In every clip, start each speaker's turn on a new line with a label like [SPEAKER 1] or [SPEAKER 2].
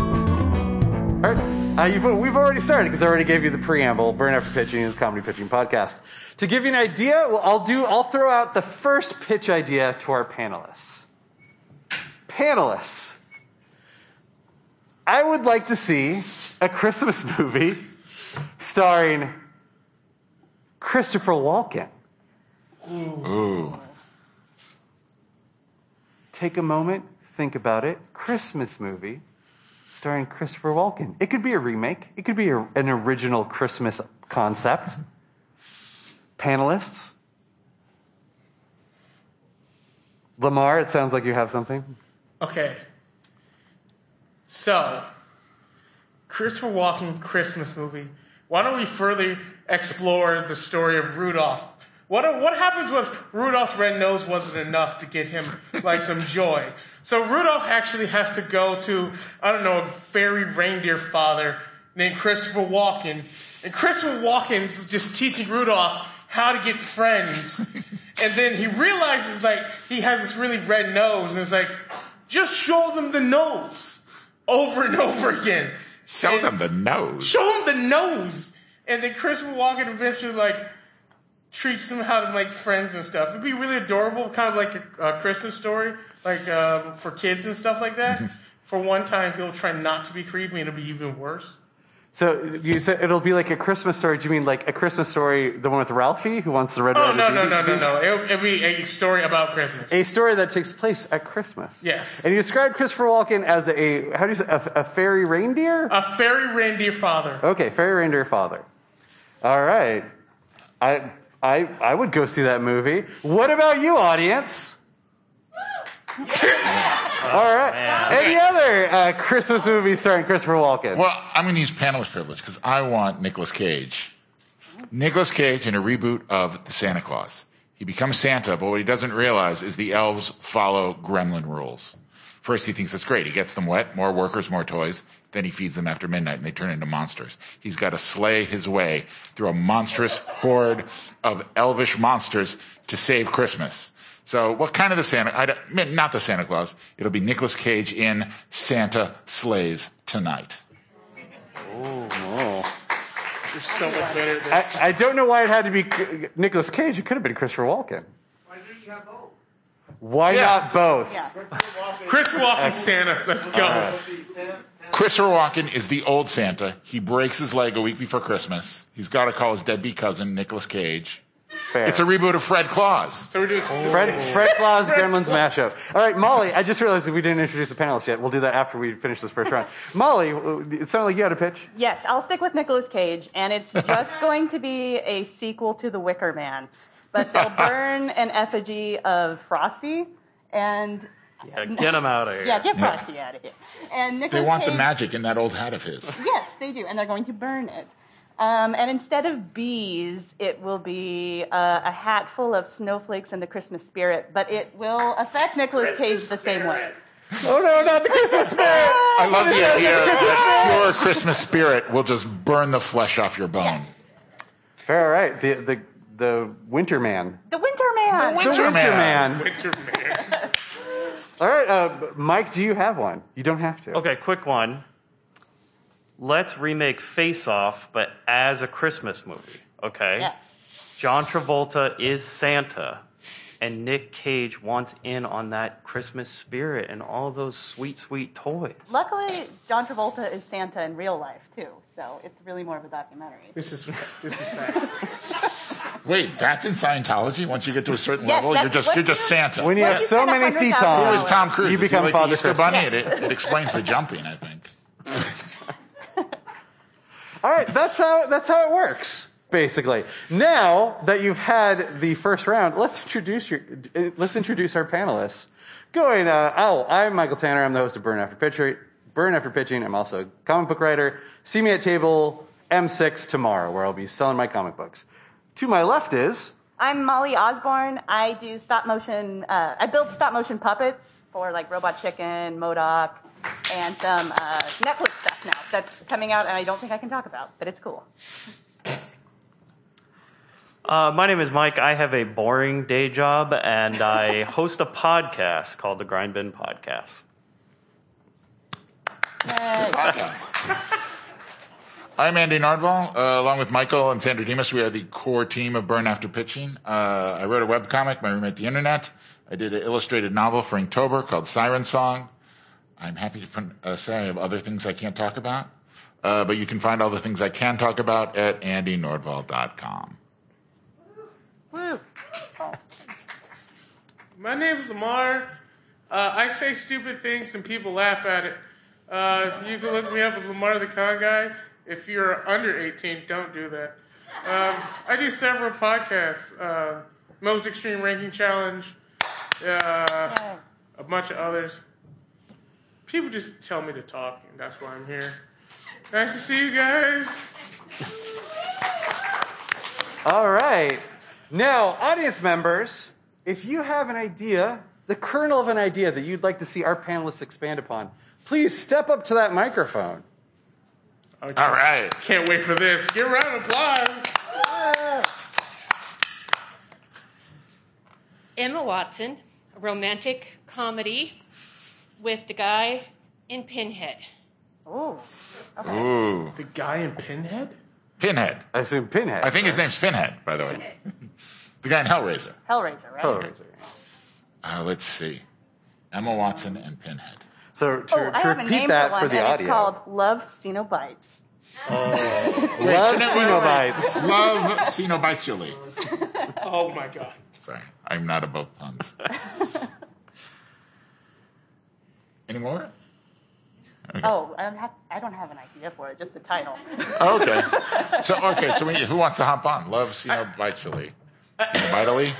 [SPEAKER 1] All right. Uh, you've, we've already started because I already gave you the preamble. Burn after pitching is a comedy pitching podcast. To give you an idea, well, I'll do. I'll throw out the first pitch idea to our panelists. Panelists, I would like to see a Christmas movie starring Christopher Walken.
[SPEAKER 2] Ooh.
[SPEAKER 1] Take a moment, think about it. Christmas movie starring Christopher Walken. It could be a remake, it could be a- an original Christmas concept. Panelists? Lamar, it sounds like you have something.
[SPEAKER 3] Okay. So, Christopher Walken Christmas movie. Why don't we further explore the story of Rudolph? What, what happens when Rudolph's red nose wasn't enough to get him like some joy? So Rudolph actually has to go to I don't know a fairy reindeer father named Christopher Walken, and Christopher Walken's just teaching Rudolph how to get friends, and then he realizes like he has this really red nose, and it's like just show them the nose over and over again.
[SPEAKER 2] Show them the nose.
[SPEAKER 3] Show him the nose. And then Christopher Walken eventually like treats them how to make friends and stuff. It'd be really adorable, kind of like a, a Christmas story, like um, for kids and stuff like that.
[SPEAKER 2] Mm-hmm.
[SPEAKER 3] for one time, he'll try not to be creepy, and it'll be even worse.
[SPEAKER 1] So you said it'll be like a Christmas story. Do you mean like a Christmas story, the one with Ralphie who wants the red?
[SPEAKER 3] Oh
[SPEAKER 1] Riding
[SPEAKER 3] no no
[SPEAKER 1] Hood?
[SPEAKER 3] no no no! It'll, it'll be a story about Christmas.
[SPEAKER 1] A story that takes place at Christmas.
[SPEAKER 3] Yes.
[SPEAKER 1] And you described Christopher Walken as a how do you say a, a fairy reindeer?
[SPEAKER 3] A fairy reindeer father.
[SPEAKER 1] Okay, fairy reindeer father. All right. I I I would go see that movie. What about you, audience? All
[SPEAKER 2] Oh,
[SPEAKER 1] right. Any other uh, Christmas movie starring Christopher Walken?
[SPEAKER 2] Well, I'm going to use panelist privilege because I want Nicolas Cage. Nicolas Cage in a reboot of The Santa Claus. He becomes Santa, but what he doesn't realize is the elves follow gremlin rules. First, he thinks it's great. He gets them wet, more workers, more toys. Then he feeds them after midnight and they turn into monsters. He's got to slay his way through a monstrous horde of elvish monsters to save Christmas. So what kind of the Santa? I don't- man, not the Santa Claus. It'll be Nicolas Cage in Santa Slays Tonight.
[SPEAKER 3] You're so much better. Than-
[SPEAKER 1] I, I don't know why it had to be Nicholas Cage. It could have been Christopher Walken. Why not both?
[SPEAKER 3] Chris Walken Santa. Let's go.
[SPEAKER 2] Christopher Walken is the old Santa. He breaks his leg a week before Christmas. He's got to call his deadbeat cousin, Nicolas Cage.
[SPEAKER 1] Fair.
[SPEAKER 2] It's a reboot of Fred Claus.
[SPEAKER 3] So we're doing. this-
[SPEAKER 1] Fred, Fred Claus Gremlins mashup. All right, Molly. I just realized that we didn't introduce the panelists yet. We'll do that after we finish this first round. Molly, it sounded like you had a pitch.
[SPEAKER 4] Yes, I'll stick with Nicolas Cage, and it's just going to be a sequel to The Wicker Man. But they'll burn an effigy of Frosty, and
[SPEAKER 5] Yeah, get him out of here.
[SPEAKER 4] yeah, get Frosty out of here. And
[SPEAKER 2] They
[SPEAKER 4] Nicolas
[SPEAKER 2] want the
[SPEAKER 4] Cage-
[SPEAKER 2] magic in that old hat of his.
[SPEAKER 4] Yes, they do, and they're going to burn it. Um, and instead of bees, it will be uh, a hat full of snowflakes and the Christmas spirit. But it will affect Nicolas Cage the same way.
[SPEAKER 1] Oh no, not the Christmas spirit!
[SPEAKER 2] I love the idea that pure Christmas spirit will just burn the flesh off your bone.
[SPEAKER 1] Fair, all right. The the the Winter Man.
[SPEAKER 4] The Winter Man.
[SPEAKER 2] The
[SPEAKER 1] The
[SPEAKER 2] Winter Man.
[SPEAKER 1] Man.
[SPEAKER 3] Winter Man.
[SPEAKER 1] All right, uh, Mike. Do you have one? You don't have to.
[SPEAKER 5] Okay, quick one. Let's remake Face Off, but as a Christmas movie. Okay.
[SPEAKER 4] Yes.
[SPEAKER 5] John Travolta is Santa, and Nick Cage wants in on that Christmas spirit and all those sweet, sweet toys.
[SPEAKER 4] Luckily, John Travolta is Santa in real life too, so it's really more of a documentary.
[SPEAKER 3] This is this is fast.
[SPEAKER 2] Wait, that's in Scientology? Once you get to a certain
[SPEAKER 4] Yes,
[SPEAKER 2] level, you're
[SPEAKER 4] that's-
[SPEAKER 2] just you're
[SPEAKER 4] let's
[SPEAKER 2] just
[SPEAKER 4] do-
[SPEAKER 2] Santa.
[SPEAKER 1] When you
[SPEAKER 4] Well,
[SPEAKER 1] have
[SPEAKER 4] you
[SPEAKER 1] so
[SPEAKER 4] spent
[SPEAKER 1] many
[SPEAKER 4] 100,000
[SPEAKER 1] thetons,
[SPEAKER 2] Who is Tom Cruise?
[SPEAKER 1] you
[SPEAKER 2] Is he
[SPEAKER 1] become
[SPEAKER 2] like the
[SPEAKER 1] Father
[SPEAKER 2] Easter
[SPEAKER 1] Christmas.
[SPEAKER 2] Bunny? It, it explains the jumping, I think.
[SPEAKER 1] All right, that's how that's how it works. Basically, now that you've had the first round, let's introduce your uh, let's introduce our panelists. Going, uh, oh, I'm Michael Tanner. I'm the host of Burn After Pitching. Burn After Pitching. I'm also a comic book writer. See me at table M6 tomorrow, where I'll be selling my comic books. To my left is
[SPEAKER 4] I'm Molly Osborne. I do stop motion. Uh, I build stop motion puppets for like Robot Chicken, Modoc, and some uh, Netflix stuff now that's coming out, and I don't think I can talk about, but it's cool.
[SPEAKER 5] Uh, my name is Mike. I have a boring day job, and I host a podcast called the Grind Bin Podcast.
[SPEAKER 4] Yay.
[SPEAKER 2] Podcast. I'm Andy Nardwal, uh, along with Michael and Sandra Demas. We are the core team of Burn After Pitching. Uh, I wrote a webcomic, My Roommate the Internet. I did an illustrated novel for Inktober called Siren Song. I'm happy to put, uh, say I have other things I can't talk about, uh, but you can find all the things I can talk about at andynordval.com.
[SPEAKER 4] Oh.
[SPEAKER 3] My name's Lamar. Uh, I say stupid things and people laugh at it. Uh, you can look me up as Lamar the Con Guy. If you're under 18, don't do that. Um, I do several podcasts uh, Most Extreme Ranking Challenge, uh, a bunch of others. People just tell me to talk, and that's why I'm here. Nice to see you guys.
[SPEAKER 1] All right. Now, audience members, if you have an idea, the kernel of an idea that you'd like to see our panelists expand upon, please step up to that microphone.
[SPEAKER 3] Okay.
[SPEAKER 2] All right.
[SPEAKER 3] Can't wait for this. Get a round of applause.
[SPEAKER 6] Emma Watson, a romantic comedy with the guy in Pinhead.
[SPEAKER 4] Ooh.
[SPEAKER 2] Ooh.
[SPEAKER 3] The guy in Pinhead?
[SPEAKER 2] Pinhead.
[SPEAKER 1] I assume Pinhead.
[SPEAKER 2] I think his name's Pinhead, by the way. the guy in Hellraiser.
[SPEAKER 4] Hellraiser, right?
[SPEAKER 1] Oh, right there.
[SPEAKER 2] Uh, let's see. Emma Watson and Pinhead.
[SPEAKER 1] So to,
[SPEAKER 4] Oh, I
[SPEAKER 1] to
[SPEAKER 4] have a
[SPEAKER 1] repeat
[SPEAKER 4] name for
[SPEAKER 1] that
[SPEAKER 4] one,
[SPEAKER 1] for the
[SPEAKER 4] and
[SPEAKER 1] audio,
[SPEAKER 4] it's called Love Cenobites.
[SPEAKER 1] love
[SPEAKER 2] Wait, wait, wait.
[SPEAKER 1] Cenobites.
[SPEAKER 2] Love Cenobitially.
[SPEAKER 3] Oh my god.
[SPEAKER 2] Sorry, I'm not above puns. Any more?
[SPEAKER 1] Mm-hmm.
[SPEAKER 4] Oh, I don't, have, I don't have an idea for it, just the title.
[SPEAKER 2] Oh, okay. So okay. So we, who wants to hop on? Love Cenobitially. Cenobitially.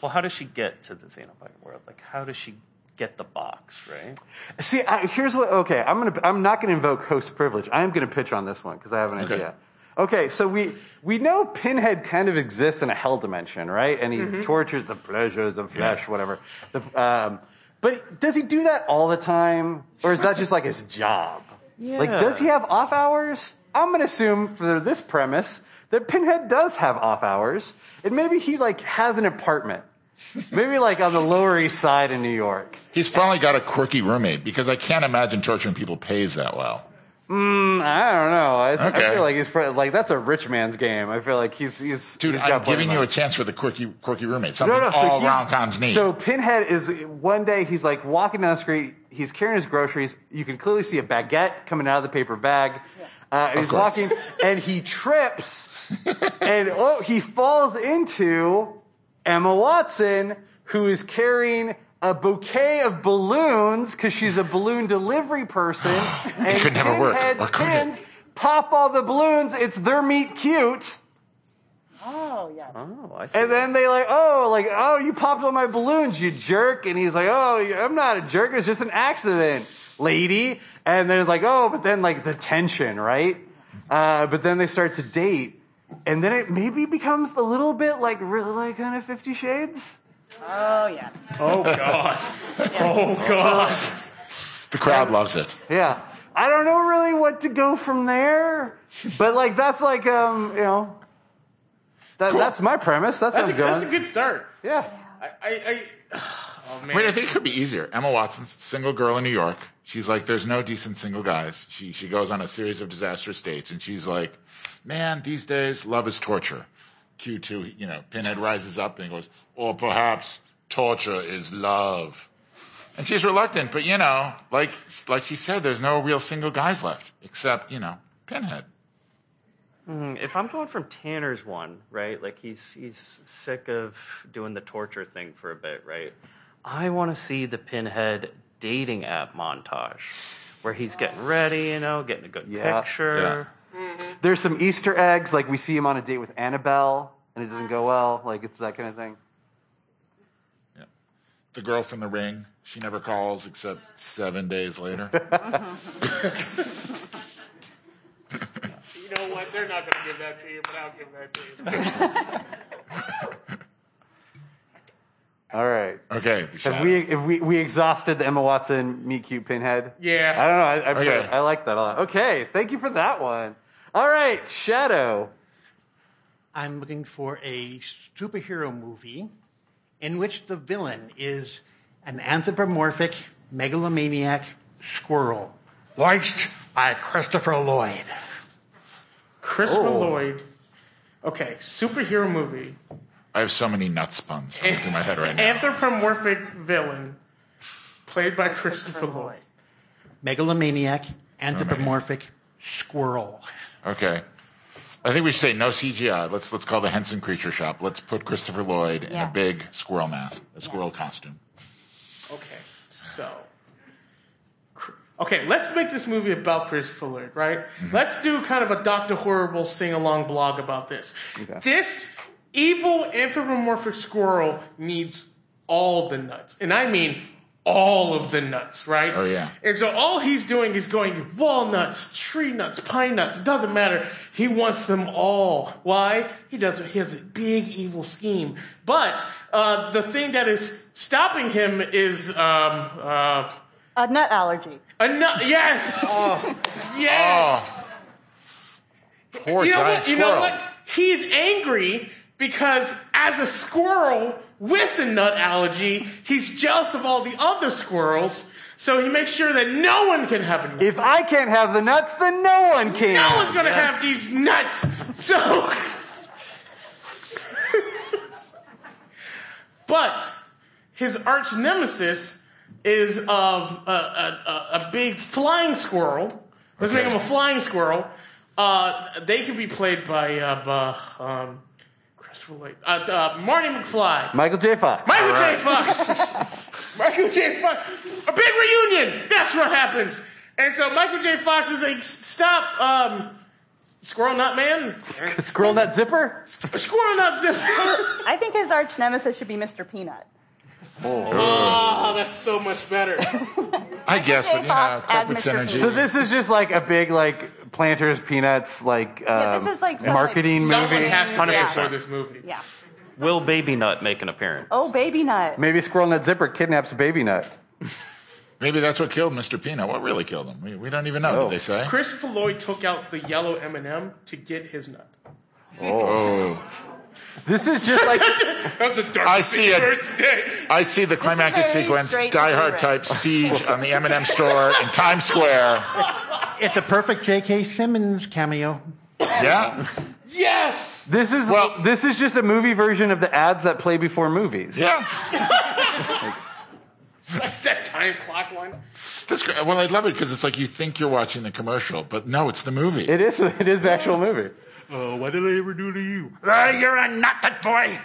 [SPEAKER 5] Well, how does she get to the Xenobite world? Like, how does she get the box, right?
[SPEAKER 1] See, I, here's what. Okay, I'm gonna. I'm not gonna invoke host privilege. I am gonna pitch on this one because I have an
[SPEAKER 2] Okay.
[SPEAKER 1] idea. Okay, so we we know Pinhead kind of exists in a hell dimension, right? And he tortures the pleasures of flesh, whatever. The, um, but does he do that all the time, or is that just like his job? Like,
[SPEAKER 5] Yeah.
[SPEAKER 1] does he have off hours? I'm gonna assume for this premise that Pinhead does have off hours, and maybe he like has an apartment, maybe like on the Lower East Side in New York.
[SPEAKER 2] He's probably got a quirky roommate because I can't imagine torturing people pays that well.
[SPEAKER 1] Mm, I don't know. I, I
[SPEAKER 2] Okay.
[SPEAKER 1] feel like he's pro- like that's a rich man's game. I feel like he's he's
[SPEAKER 2] Dude,
[SPEAKER 1] he's got
[SPEAKER 2] I'm
[SPEAKER 1] plenty
[SPEAKER 2] giving
[SPEAKER 1] of
[SPEAKER 2] you a
[SPEAKER 1] money.
[SPEAKER 2] chance for the quirky quirky roommate. Something all
[SPEAKER 1] he's-
[SPEAKER 2] rom coms need.
[SPEAKER 1] So Pinhead is one day he's like walking down the street. He's carrying his groceries. You can clearly see a baguette coming out of the paper bag. Uh, and he's
[SPEAKER 2] course.
[SPEAKER 1] walking and he trips and oh, he falls into Emma Watson, who is carrying a bouquet of balloons because she's a balloon delivery person. And
[SPEAKER 2] could never work,
[SPEAKER 1] Pinhead's
[SPEAKER 2] or could it?
[SPEAKER 1] pins pop all the balloons. It's their meet cute.
[SPEAKER 4] Oh, yeah.
[SPEAKER 5] Oh, I see.
[SPEAKER 1] And then they like, oh, like, oh, you popped on my balloons, you jerk. And he's like, oh, I'm not a jerk. It was just an accident, lady. And there's like, oh, but then like the tension, right? Uh, but then they start to date. And then it maybe becomes a little bit like really like kind of Fifty Shades.
[SPEAKER 4] Oh, yeah.
[SPEAKER 3] Oh god. Oh god.
[SPEAKER 2] the crowd loves it.
[SPEAKER 1] Yeah. I don't know really what to go from there. But like, that's like, um, you know, that, that's my premise. That's,
[SPEAKER 3] That's a,
[SPEAKER 1] how I'm
[SPEAKER 3] that's
[SPEAKER 1] going.
[SPEAKER 3] a good start.
[SPEAKER 1] yeah.
[SPEAKER 3] I, I, I oh man.
[SPEAKER 2] Wait, I think it could be easier. Emma Watson's single girl in New York. She's like, there's no decent single guys. She she goes on a series of disastrous dates, and she's like, man, these days love is torture. Q two, you know, Pinhead rises up and goes, or perhaps torture is love. And she's reluctant, but you know, like like she said, there's no real single guys left except you know, Pinhead.
[SPEAKER 5] if I'm going from Tanner's one, right? Like he's he's sick of doing the torture thing for a bit, right? I want to see the Pinhead dating app montage where he's getting ready, you know, getting a good
[SPEAKER 1] Yeah.
[SPEAKER 5] picture.
[SPEAKER 1] There's some Easter eggs, like we see him on a date with Annabelle, and it doesn't go well. Like it's that kind of thing.
[SPEAKER 2] Yeah. The girl from the ring. She never calls except seven days later.
[SPEAKER 3] you know what? They're not gonna give that to you, but I'll give that to you.
[SPEAKER 1] All right.
[SPEAKER 2] Okay. the
[SPEAKER 1] Have
[SPEAKER 2] shadow.
[SPEAKER 1] we if we we exhausted the Emma Watson meet cute pinhead?
[SPEAKER 3] Yeah.
[SPEAKER 1] I don't know. I I,
[SPEAKER 2] Okay.
[SPEAKER 1] I like that a lot. Okay, thank you for that one. All right, Shadow.
[SPEAKER 7] I'm looking for a superhero movie in which the villain is an anthropomorphic megalomaniac squirrel, voiced by Christopher Lloyd.
[SPEAKER 3] Christopher
[SPEAKER 2] Oh.
[SPEAKER 3] Lloyd. Okay, superhero movie.
[SPEAKER 2] I have so many nuts puns running through my head right now.
[SPEAKER 3] Anthropomorphic villain played by Christopher Lloyd.
[SPEAKER 7] Megalomaniac, anthropomorphic squirrel.
[SPEAKER 2] Okay. I think we should say no CGI. Let's let's call the Henson Creature Shop. Let's put Christopher Lloyd in
[SPEAKER 4] Yeah.
[SPEAKER 2] a big squirrel mask, a squirrel costume.
[SPEAKER 3] Okay, so. Cr- Okay, let's make this movie about Christopher Lloyd, right?
[SPEAKER 2] Mm-hmm.
[SPEAKER 3] Let's do kind of a Dr. Horrible sing along blog about this. This evil anthropomorphic squirrel needs all the nuts. And I mean all of the nuts, right?
[SPEAKER 2] Oh, yeah.
[SPEAKER 3] And so all he's doing is going walnuts, tree nuts, pine nuts. It doesn't matter. He wants them all. Why? He doesn't. He has a big evil scheme. But uh, the thing that is stopping him is um, uh,
[SPEAKER 4] A nut allergy.
[SPEAKER 3] a nut. Yes. yes.
[SPEAKER 2] Oh, poor
[SPEAKER 3] you know
[SPEAKER 2] giant
[SPEAKER 3] what? You
[SPEAKER 2] squirrel.
[SPEAKER 3] know what? He's angry because as a squirrel with a nut allergy, he's jealous of all the other squirrels. So he makes sure that no one can have a nut.
[SPEAKER 1] If I can't have the nuts, then no one can.
[SPEAKER 3] No one's gonna have these nuts. So, but his arch nemesis is um, a, a, a, a big flying squirrel. Let's make him a flying squirrel. Uh, they can be played by uh, bu- um, Christopher Lloyd, uh, uh, Marty McFly,
[SPEAKER 1] Michael J. Fox.
[SPEAKER 3] Michael
[SPEAKER 2] All right.
[SPEAKER 3] J. Fox. Michael J. Fox. A big reunion. That's what happens. And so Michael J. Fox is like, stop, um, Squirrel Nut Man.
[SPEAKER 1] Squirrel nut zipper.
[SPEAKER 3] Squirrel Nut Zipper.
[SPEAKER 4] I think his arch nemesis should be Mr. Peanut.
[SPEAKER 3] oh, that's so much better.
[SPEAKER 2] I guess, but you know,
[SPEAKER 4] Fox as
[SPEAKER 2] corporate
[SPEAKER 4] Mr.
[SPEAKER 2] synergy.
[SPEAKER 4] Bean.
[SPEAKER 1] So this is just like a big like planters peanuts like, um,
[SPEAKER 4] Yeah, this is like some, like,
[SPEAKER 1] marketing
[SPEAKER 3] Someone
[SPEAKER 1] movie.
[SPEAKER 3] has to pay
[SPEAKER 4] Yeah.
[SPEAKER 3] for this movie.
[SPEAKER 4] Yeah.
[SPEAKER 5] Will Baby Nut make an appearance?
[SPEAKER 4] Oh, baby nut.
[SPEAKER 1] Maybe squirrel nut zipper kidnaps a baby nut.
[SPEAKER 2] Maybe that's what killed Mr. Peanut. What really killed him? We, we don't even know.
[SPEAKER 1] Oh.
[SPEAKER 2] Did they say?
[SPEAKER 3] Christopher Lloyd took out the yellow M&M to get his nut.
[SPEAKER 2] Oh,
[SPEAKER 1] This is just like
[SPEAKER 3] That was the darkest
[SPEAKER 2] I see
[SPEAKER 3] thing
[SPEAKER 2] it.
[SPEAKER 3] ever heard today.
[SPEAKER 2] I see the climactic
[SPEAKER 4] very
[SPEAKER 2] sequence:
[SPEAKER 4] straight
[SPEAKER 2] Die
[SPEAKER 4] to
[SPEAKER 2] Hard
[SPEAKER 4] Blu-ray.
[SPEAKER 2] type siege on the M&M store in Times Square.
[SPEAKER 7] It's a perfect J.K. Simmons cameo.
[SPEAKER 2] Yeah,
[SPEAKER 3] Yes!
[SPEAKER 1] this is
[SPEAKER 2] Well-
[SPEAKER 1] this is just a movie version of the ads that play before movies.
[SPEAKER 2] yeah.
[SPEAKER 3] that time clock one.
[SPEAKER 2] That's great. Well, I love it because it's like you think you're watching the commercial, but no, it's the movie.
[SPEAKER 1] It is it is the actual movie.
[SPEAKER 7] Oh, what did I ever do to you?
[SPEAKER 2] Ah, you're a nut that boy.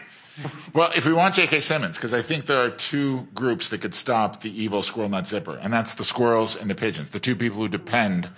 [SPEAKER 2] well, if we want J.K. Simmons, because I think there are two groups that could stop the evil squirrel nut zipper, and that's the squirrels and the pigeons, the two people who depend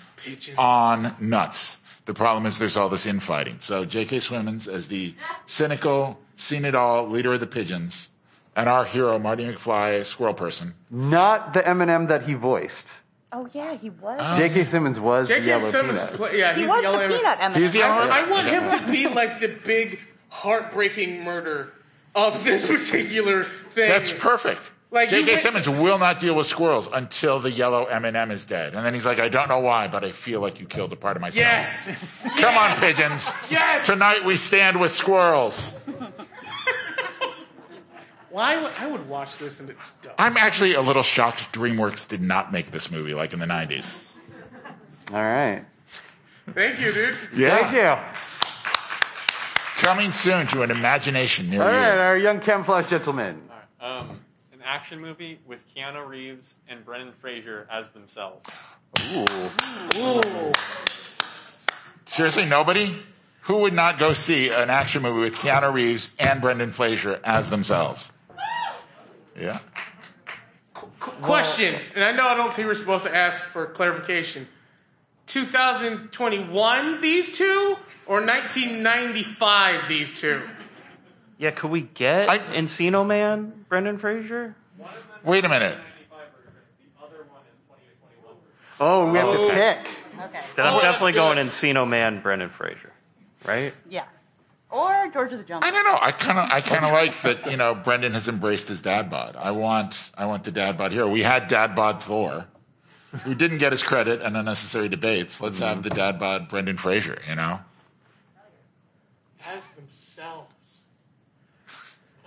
[SPEAKER 2] on nuts. The problem is there's all this infighting. So J.K. Simmons as the cynical, seen it all leader of the pigeons, and our hero Marty McFly, squirrel person.
[SPEAKER 1] Not the Eminem that he voiced.
[SPEAKER 4] Oh, yeah, he was.
[SPEAKER 1] J.K. Simmons was the
[SPEAKER 3] J.K.
[SPEAKER 1] yellow
[SPEAKER 3] Simmons,
[SPEAKER 1] peanut.
[SPEAKER 3] play, yeah,
[SPEAKER 4] he
[SPEAKER 3] he's
[SPEAKER 4] was
[SPEAKER 3] the yellow
[SPEAKER 4] the
[SPEAKER 3] M&M.
[SPEAKER 4] peanut M&M.
[SPEAKER 2] He's the
[SPEAKER 3] I,
[SPEAKER 2] yellow-
[SPEAKER 3] I want him to be like the big heartbreaking murder of this particular thing.
[SPEAKER 2] That's perfect.
[SPEAKER 3] Like, you
[SPEAKER 2] J.K.
[SPEAKER 3] get-
[SPEAKER 2] Simmons will not deal with squirrels until the yellow M&M is dead, and then he's like, "I don't know why, but I feel like you killed a part of myself."
[SPEAKER 3] Yes.
[SPEAKER 2] Come on, pigeons.
[SPEAKER 3] Yes.
[SPEAKER 2] Tonight we stand with squirrels.
[SPEAKER 3] Why would I would watch this and it's dumb.
[SPEAKER 2] I'm actually a little shocked DreamWorks did not make this movie like in the 90s.
[SPEAKER 1] All right.
[SPEAKER 3] Thank you, dude.
[SPEAKER 1] Thank you.
[SPEAKER 2] Coming soon to an imagination near
[SPEAKER 1] All
[SPEAKER 2] you.
[SPEAKER 1] right, our young camouflage gentleman.
[SPEAKER 8] Um, an action movie with Keanu Reeves and Brendan Fraser as themselves.
[SPEAKER 2] Seriously, nobody? Who would not go see an action movie with Keanu Reeves and Brendan Fraser as themselves? Yeah.
[SPEAKER 3] Qu- question, and I know I don't think we're supposed to ask for clarification. 2021, these two, or 1995, these two?
[SPEAKER 5] Yeah, could we get
[SPEAKER 2] I-
[SPEAKER 5] Encino Man, Brendan Fraser?
[SPEAKER 2] Wait a minute.
[SPEAKER 1] Oh, we have to pick.
[SPEAKER 4] Okay.
[SPEAKER 5] Then I'm
[SPEAKER 3] Oh, that's
[SPEAKER 5] definitely
[SPEAKER 3] good.
[SPEAKER 5] going Encino Man, Brendan Fraser. Right?
[SPEAKER 4] Yeah. Or George of the
[SPEAKER 2] I
[SPEAKER 4] Jungle.
[SPEAKER 2] don't know. I kind of, I kind of like that. You know, Brendan has embraced his dad bod. I want, I want the dad bod here. We had dad bod Thor, who didn't get his credit Mm-hmm. and unnecessary debates. Let's have the dad bod Brendan Fraser. You know,
[SPEAKER 3] as themselves.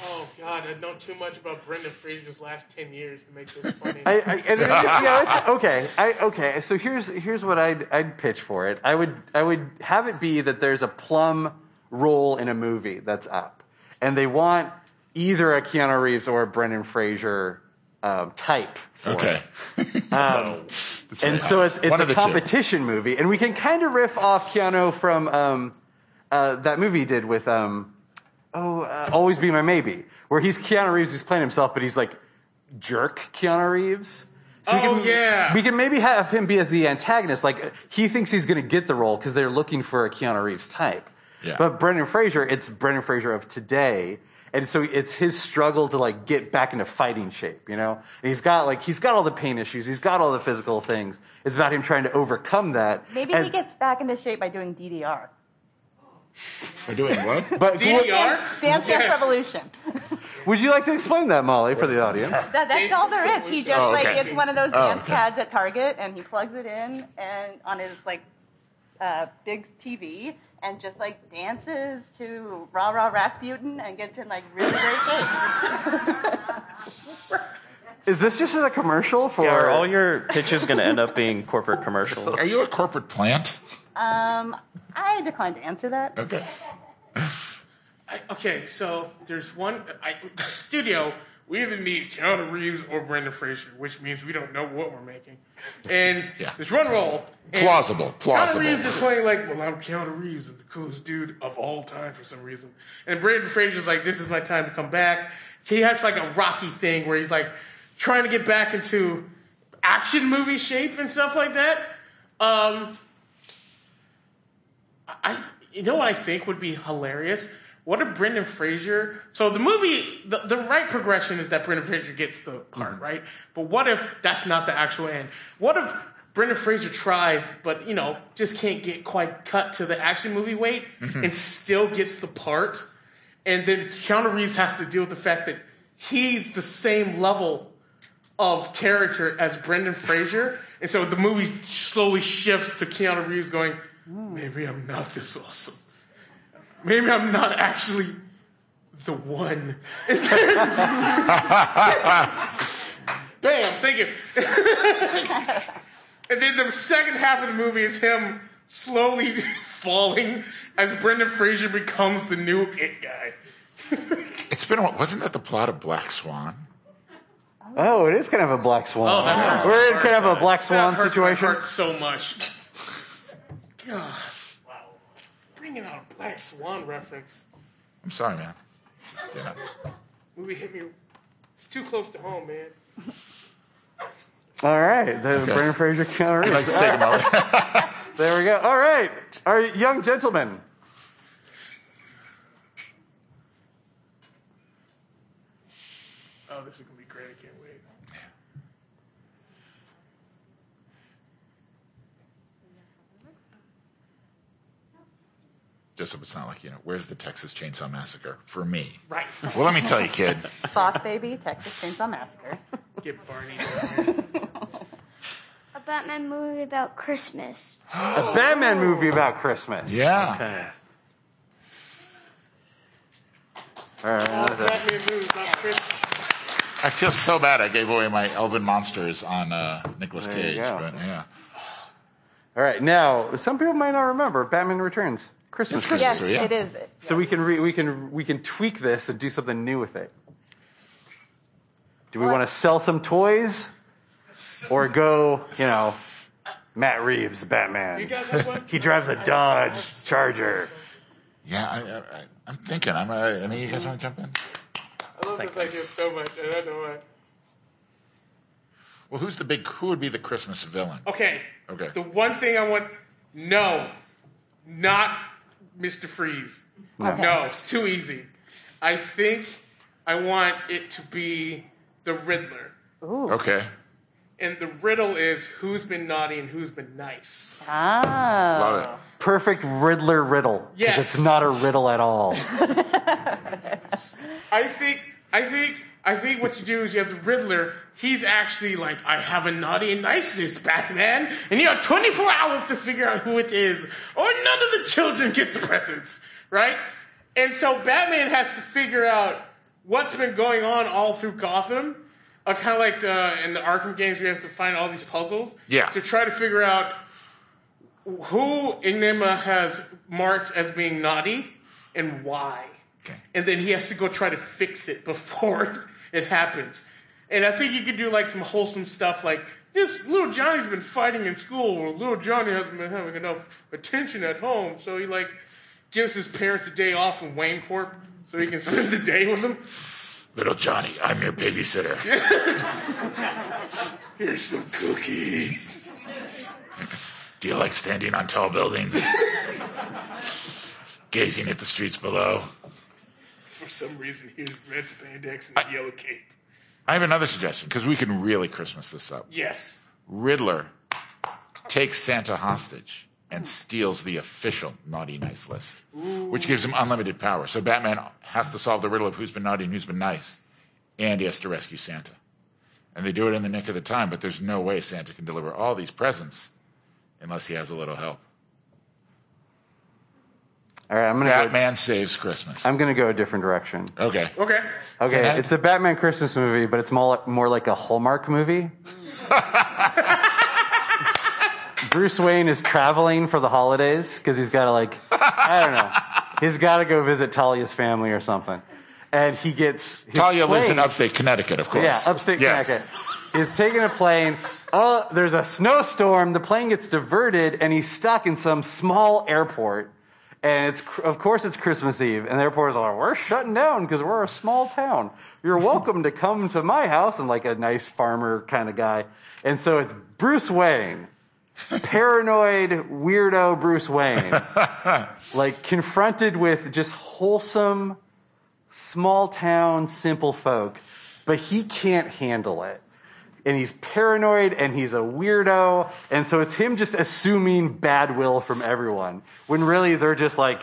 [SPEAKER 3] Oh God, I know too much about Brendan Fraser's last ten years to make this funny.
[SPEAKER 1] I, I, and it, you know, it's, okay. I, okay. So here's here's what I'd I'd pitch for it. I would I would have it be that there's a plum role in a movie that's up, and they want either a Keanu Reeves or a Brendan Fraser um, type. For
[SPEAKER 2] Okay.
[SPEAKER 1] It.
[SPEAKER 2] That's
[SPEAKER 1] Um, And
[SPEAKER 2] right.
[SPEAKER 1] so it's it's
[SPEAKER 2] One of
[SPEAKER 1] a
[SPEAKER 2] the two.
[SPEAKER 1] competition movie, and we can kind of riff off Keanu from um, uh, that movie he did with um, oh, uh, always be my maybe, where he's Keanu Reeves, he's playing himself, but he's like jerk Keanu Reeves. So we
[SPEAKER 3] Oh,
[SPEAKER 1] can,
[SPEAKER 3] yeah.
[SPEAKER 1] we can maybe have him be as the antagonist. Like uh, he thinks he's going to get the role because they're looking for a Keanu Reeves type.
[SPEAKER 2] Yeah.
[SPEAKER 1] But Brendan Fraser, it's Brendan Fraser of today. And so it's his struggle to like get back into fighting shape, you know? And he's got like, he's got all the pain issues. He's got all the physical things. It's about him trying to overcome that.
[SPEAKER 4] Maybe
[SPEAKER 1] and,
[SPEAKER 4] he gets back into shape by doing DDR.
[SPEAKER 2] We're doing what?
[SPEAKER 1] but
[SPEAKER 3] DDR?
[SPEAKER 4] Dance Dance
[SPEAKER 3] Yes.
[SPEAKER 4] Revolution.
[SPEAKER 1] would you like to explain that, Molly, for the audience?
[SPEAKER 4] That, that's all there is. He just
[SPEAKER 2] Oh,
[SPEAKER 4] like
[SPEAKER 2] okay.
[SPEAKER 4] it's one of those
[SPEAKER 2] Oh,
[SPEAKER 4] dance
[SPEAKER 2] okay.
[SPEAKER 4] pads at Target, and he plugs it in and on his like uh, big TV, and just like dances to Rah Rah Rasputin and gets in like really great shape.
[SPEAKER 1] Is this just a commercial for?
[SPEAKER 5] Yeah, are all your pitches going to end up being corporate commercial?
[SPEAKER 2] Are you a corporate plant?
[SPEAKER 4] Um, I decline to answer that.
[SPEAKER 2] Okay.
[SPEAKER 3] I, okay, so there's one. I, the studio, we either need Keanu Reeves or Brendan Fraser, which means we don't know what we're making. And
[SPEAKER 2] Yeah.
[SPEAKER 3] there's one role. and
[SPEAKER 2] Plausible, plausible.
[SPEAKER 3] Keanu Reeves is playing like, well, I'm Keanu Reeves, I'm the coolest dude of all time for some reason. And Brendan Fraser's like, this is my time to come back. He has like a Rocky thing where he's like trying to get back into action movie shape and stuff like that. Um, I you know what I think would be hilarious? What if Brendan Fraser? So the movie, the, the right progression is that Brendan Fraser gets the part, right? But what if that's not the actual end? What if Brendan Fraser tries, but you know, just can't get quite cut to the action movie weight, and still gets the part? And then Keanu Reeves has to deal with the fact that he's the same level of character as Brendan Fraser, and so the movie slowly shifts to Keanu Reeves going, "Maybe I'm not this awesome. Maybe I'm not actually the one." Bam! Thank you. and then the second half of the movie is him slowly falling as Brendan Fraser becomes the new it guy.
[SPEAKER 2] It's been a while. Wasn't that the plot of Black Swan?
[SPEAKER 1] Oh, it is kind of a black swan.
[SPEAKER 3] Oh, that hurts my
[SPEAKER 1] We're in kind
[SPEAKER 3] heart.
[SPEAKER 1] of a black swan
[SPEAKER 3] that hurts my
[SPEAKER 1] situation.
[SPEAKER 3] heart so much. God, bringing out a Black Swan reference.
[SPEAKER 2] I'm sorry, man. Just, you know.
[SPEAKER 3] Movie hit me. It's too close to home, man.
[SPEAKER 1] All right, the
[SPEAKER 2] Okay.
[SPEAKER 1] Brendan Fraser Keanu Reeves.
[SPEAKER 2] I'd like to take a moment.
[SPEAKER 1] There we go. All right, our young gentlemen.
[SPEAKER 3] Oh, this is gonna be great. I can't wait.
[SPEAKER 2] Just so it's not like, you know, where's the Texas Chainsaw Massacre for me?
[SPEAKER 3] Right.
[SPEAKER 2] Well, let me tell you, kid.
[SPEAKER 4] Boss Baby, Texas Chainsaw Massacre.
[SPEAKER 3] Get Barney. down there.
[SPEAKER 9] A Batman movie about Christmas.
[SPEAKER 1] A Batman movie about Christmas.
[SPEAKER 2] Yeah.
[SPEAKER 5] Okay.
[SPEAKER 1] All right, that's it.
[SPEAKER 3] Batman movies, not Christmas.
[SPEAKER 2] I feel so bad I gave away my Elven Monsters on uh, Nicolas
[SPEAKER 1] There you
[SPEAKER 2] Cage,
[SPEAKER 1] go.
[SPEAKER 2] but yeah.
[SPEAKER 1] All right, now some people might not remember Batman Returns Christmas.
[SPEAKER 2] It's Christmas.
[SPEAKER 4] Yes,
[SPEAKER 2] So, yeah.
[SPEAKER 4] it is. It.
[SPEAKER 1] So we can re- we can we can tweak this and do something new with it. Do we want to sell some toys, or go you know, Matt Reeves Batman?
[SPEAKER 3] You guys have one?
[SPEAKER 1] he drives a Dodge Charger.
[SPEAKER 2] Yeah, I, I, I- I'm thinking. I'm, uh, any of you guys want to jump in?
[SPEAKER 3] I love this idea so much. I don't know why.
[SPEAKER 2] Well, who's the big, who would be the Christmas villain?
[SPEAKER 3] Okay.
[SPEAKER 2] Okay.
[SPEAKER 3] The one thing I want, no, not Mr. Freeze. No, it's too easy. I think I want it to be the Riddler,
[SPEAKER 1] Oh.
[SPEAKER 2] Okay.
[SPEAKER 3] and the riddle is who's been naughty and who's been nice.
[SPEAKER 4] Ah,
[SPEAKER 2] Love it.
[SPEAKER 1] Perfect Riddler riddle. 'cause
[SPEAKER 3] Yes.
[SPEAKER 1] It's not a riddle at all.
[SPEAKER 3] I think, I think, I think what you do is you have the Riddler. He's actually like, I have a naughty and niceness, Batman, and you have 24 hours to figure out who it is, or none of the children get the presents, right? And so Batman has to figure out what's been going on all through Gotham. Uh, kind of like the, in the Arkham games, we have to find all these puzzles
[SPEAKER 2] Yeah.
[SPEAKER 3] to try to figure out who Enigma has marked as being naughty and why.
[SPEAKER 2] Okay.
[SPEAKER 3] And then he has to go try to fix it before it happens. And I think you could do like some wholesome stuff like this little Johnny's been fighting in school, or little Johnny hasn't been having enough attention at home, so he like gives his parents a day off in Wayne Corp so he can spend the day with them.
[SPEAKER 2] Little Johnny, I'm your babysitter. Here's some cookies. Do you like standing on tall buildings? Gazing at the streets below?
[SPEAKER 3] For some reason, he was red spandex and a yellow cape.
[SPEAKER 2] I have another suggestion because we can really Christmas this up.
[SPEAKER 3] Yes.
[SPEAKER 2] Riddler takes Santa hostage and steals the official naughty nice list, which gives him unlimited power. So Batman has to solve the riddle of who's been naughty and who's been nice, and he has to rescue Santa. And they do it in the nick of the time, but there's no way Santa can deliver all these presents unless he has a little help.
[SPEAKER 1] All right, I'm gonna go,
[SPEAKER 2] Batman saves Christmas.
[SPEAKER 1] I'm gonna go a different direction.
[SPEAKER 2] Okay.
[SPEAKER 3] Okay.
[SPEAKER 1] Okay,
[SPEAKER 2] Can I-
[SPEAKER 1] it's a Batman Christmas movie, but it's more more like a Hallmark movie. Bruce Wayne is traveling for the holidays because he's got to like I don't know, he's got to go visit Talia's family or something, and he gets his
[SPEAKER 2] Talia lives in
[SPEAKER 1] plane-
[SPEAKER 2] upstate Connecticut, of course.
[SPEAKER 1] yeah upstate
[SPEAKER 2] Yes.
[SPEAKER 1] Connecticut. He's taking a plane. Oh, there's a snowstorm. The plane gets diverted, and he's stuck in some small airport. And it's cr- of course it's Christmas Eve, and the airport is like, we're shutting down because we're a small town. You're welcome to come to my house, and like a nice farmer kind of guy. And so it's Bruce Wayne, paranoid weirdo Bruce Wayne, like confronted with just wholesome small town, simple folk, but he can't handle it. And he's paranoid and he's a weirdo. And so it's him just assuming bad will from everyone when really they're just like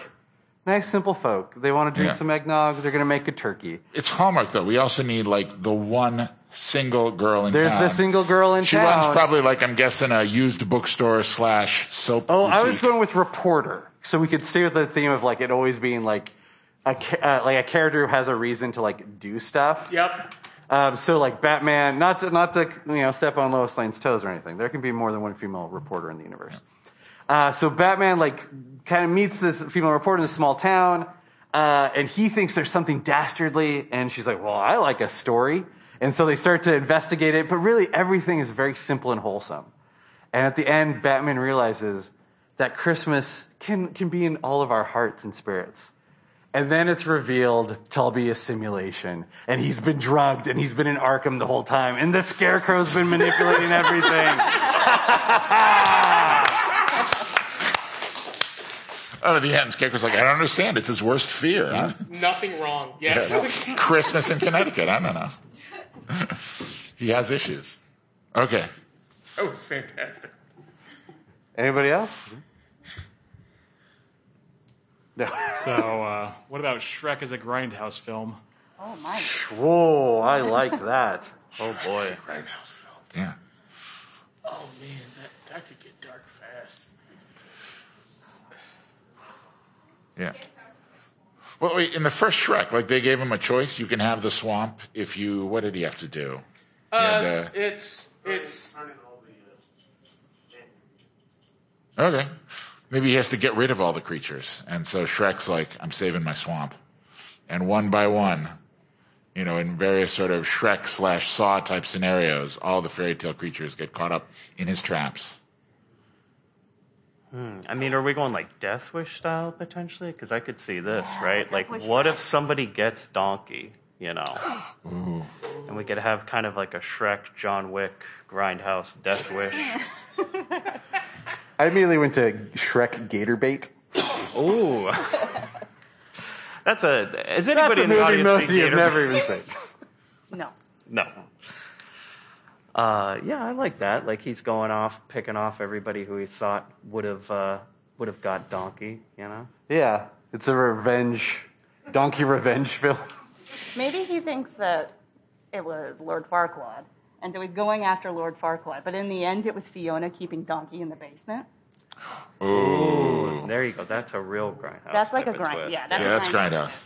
[SPEAKER 1] nice, simple folk. They want to drink
[SPEAKER 2] Yeah.
[SPEAKER 1] some eggnog. They're going to make a turkey.
[SPEAKER 2] It's Hallmark though. We also need like the one single girl in
[SPEAKER 1] There's
[SPEAKER 2] town.
[SPEAKER 1] the single girl in
[SPEAKER 2] She
[SPEAKER 1] town.
[SPEAKER 2] runs probably like I'm guessing a used bookstore slash soap.
[SPEAKER 1] Oh, I was
[SPEAKER 2] boutique.
[SPEAKER 1] going with reporter, so we could stay with the theme of like it always being like a ca- uh, like a character who has a reason to like do stuff.
[SPEAKER 3] Yep.
[SPEAKER 1] Um, so like Batman, not to not to you know step on Lois Lane's toes or anything. There can be more than one female reporter in the universe. Uh, so Batman like kind of meets this female reporter in a small town, uh, and he thinks there's something dastardly, and she's like, "Well, I like a story," and so they start to investigate it. But really, everything is very simple and wholesome. And at the end, Batman realizes that Christmas can can be in all of our hearts and spirits. And then it's revealed to be a simulation. And he's been drugged and he's been in Arkham the whole time. And the scarecrow's been manipulating everything.
[SPEAKER 2] Oh, the end. Scarecrow's like, I don't understand. It's his worst fear. huh?
[SPEAKER 3] Nothing wrong. Yes.
[SPEAKER 2] Christmas in Connecticut. I don't know. he has issues. Okay.
[SPEAKER 3] that was fantastic.
[SPEAKER 1] Anybody else? No.
[SPEAKER 8] So, uh, what about Shrek as a grindhouse film?
[SPEAKER 4] Oh my.
[SPEAKER 1] Whoa, I like that.
[SPEAKER 5] Oh boy.
[SPEAKER 2] Yeah.
[SPEAKER 3] Oh man, that, that could get dark fast.
[SPEAKER 2] Yeah. Well, wait, in the first Shrek, like they gave him a choice. You can have the swamp if you. What did he have to do? He had,
[SPEAKER 3] Uh,
[SPEAKER 2] uh,
[SPEAKER 3] it's it's
[SPEAKER 2] Okay. Maybe he has to get rid of all the creatures. And so Shrek's like, I'm saving my swamp. And one by one, you know, in various sort of Shrek slash Saw type scenarios, all the fairy tale creatures get caught up in his traps.
[SPEAKER 5] I mean, are we going like Death Wish style potentially? Because I could see this, right? Like,
[SPEAKER 4] Wish
[SPEAKER 5] what if somebody gets Donkey? You know, and we could have kind of like a Shrek, John Wick, Grindhouse, Death Wish.
[SPEAKER 1] I immediately went to Shrek Gator Bait.
[SPEAKER 5] Ooh, that's a. Is anybody
[SPEAKER 1] That's a
[SPEAKER 5] in the
[SPEAKER 1] movie
[SPEAKER 5] audience?
[SPEAKER 1] most
[SPEAKER 5] seen
[SPEAKER 1] of you have
[SPEAKER 5] Gator-
[SPEAKER 1] never even seen.
[SPEAKER 4] No.
[SPEAKER 5] No. Uh, yeah, I like that. Like he's going off, picking off everybody who he thought would have uh, would have got Donkey. You know.
[SPEAKER 1] Yeah, it's a revenge, donkey revenge film.
[SPEAKER 4] Maybe he thinks that it was Lord Farquaad, and so he's going after Lord Farquaad. But in the end, it was Fiona keeping Donkey in the basement.
[SPEAKER 1] Hmm.
[SPEAKER 2] Oh,
[SPEAKER 5] There you go. That's a real grindhouse.
[SPEAKER 4] That's like
[SPEAKER 5] type
[SPEAKER 4] a
[SPEAKER 5] of
[SPEAKER 4] grind.
[SPEAKER 5] twist.
[SPEAKER 4] Yeah, that's
[SPEAKER 2] yeah, that's
[SPEAKER 4] a grind.
[SPEAKER 2] Grindhouse.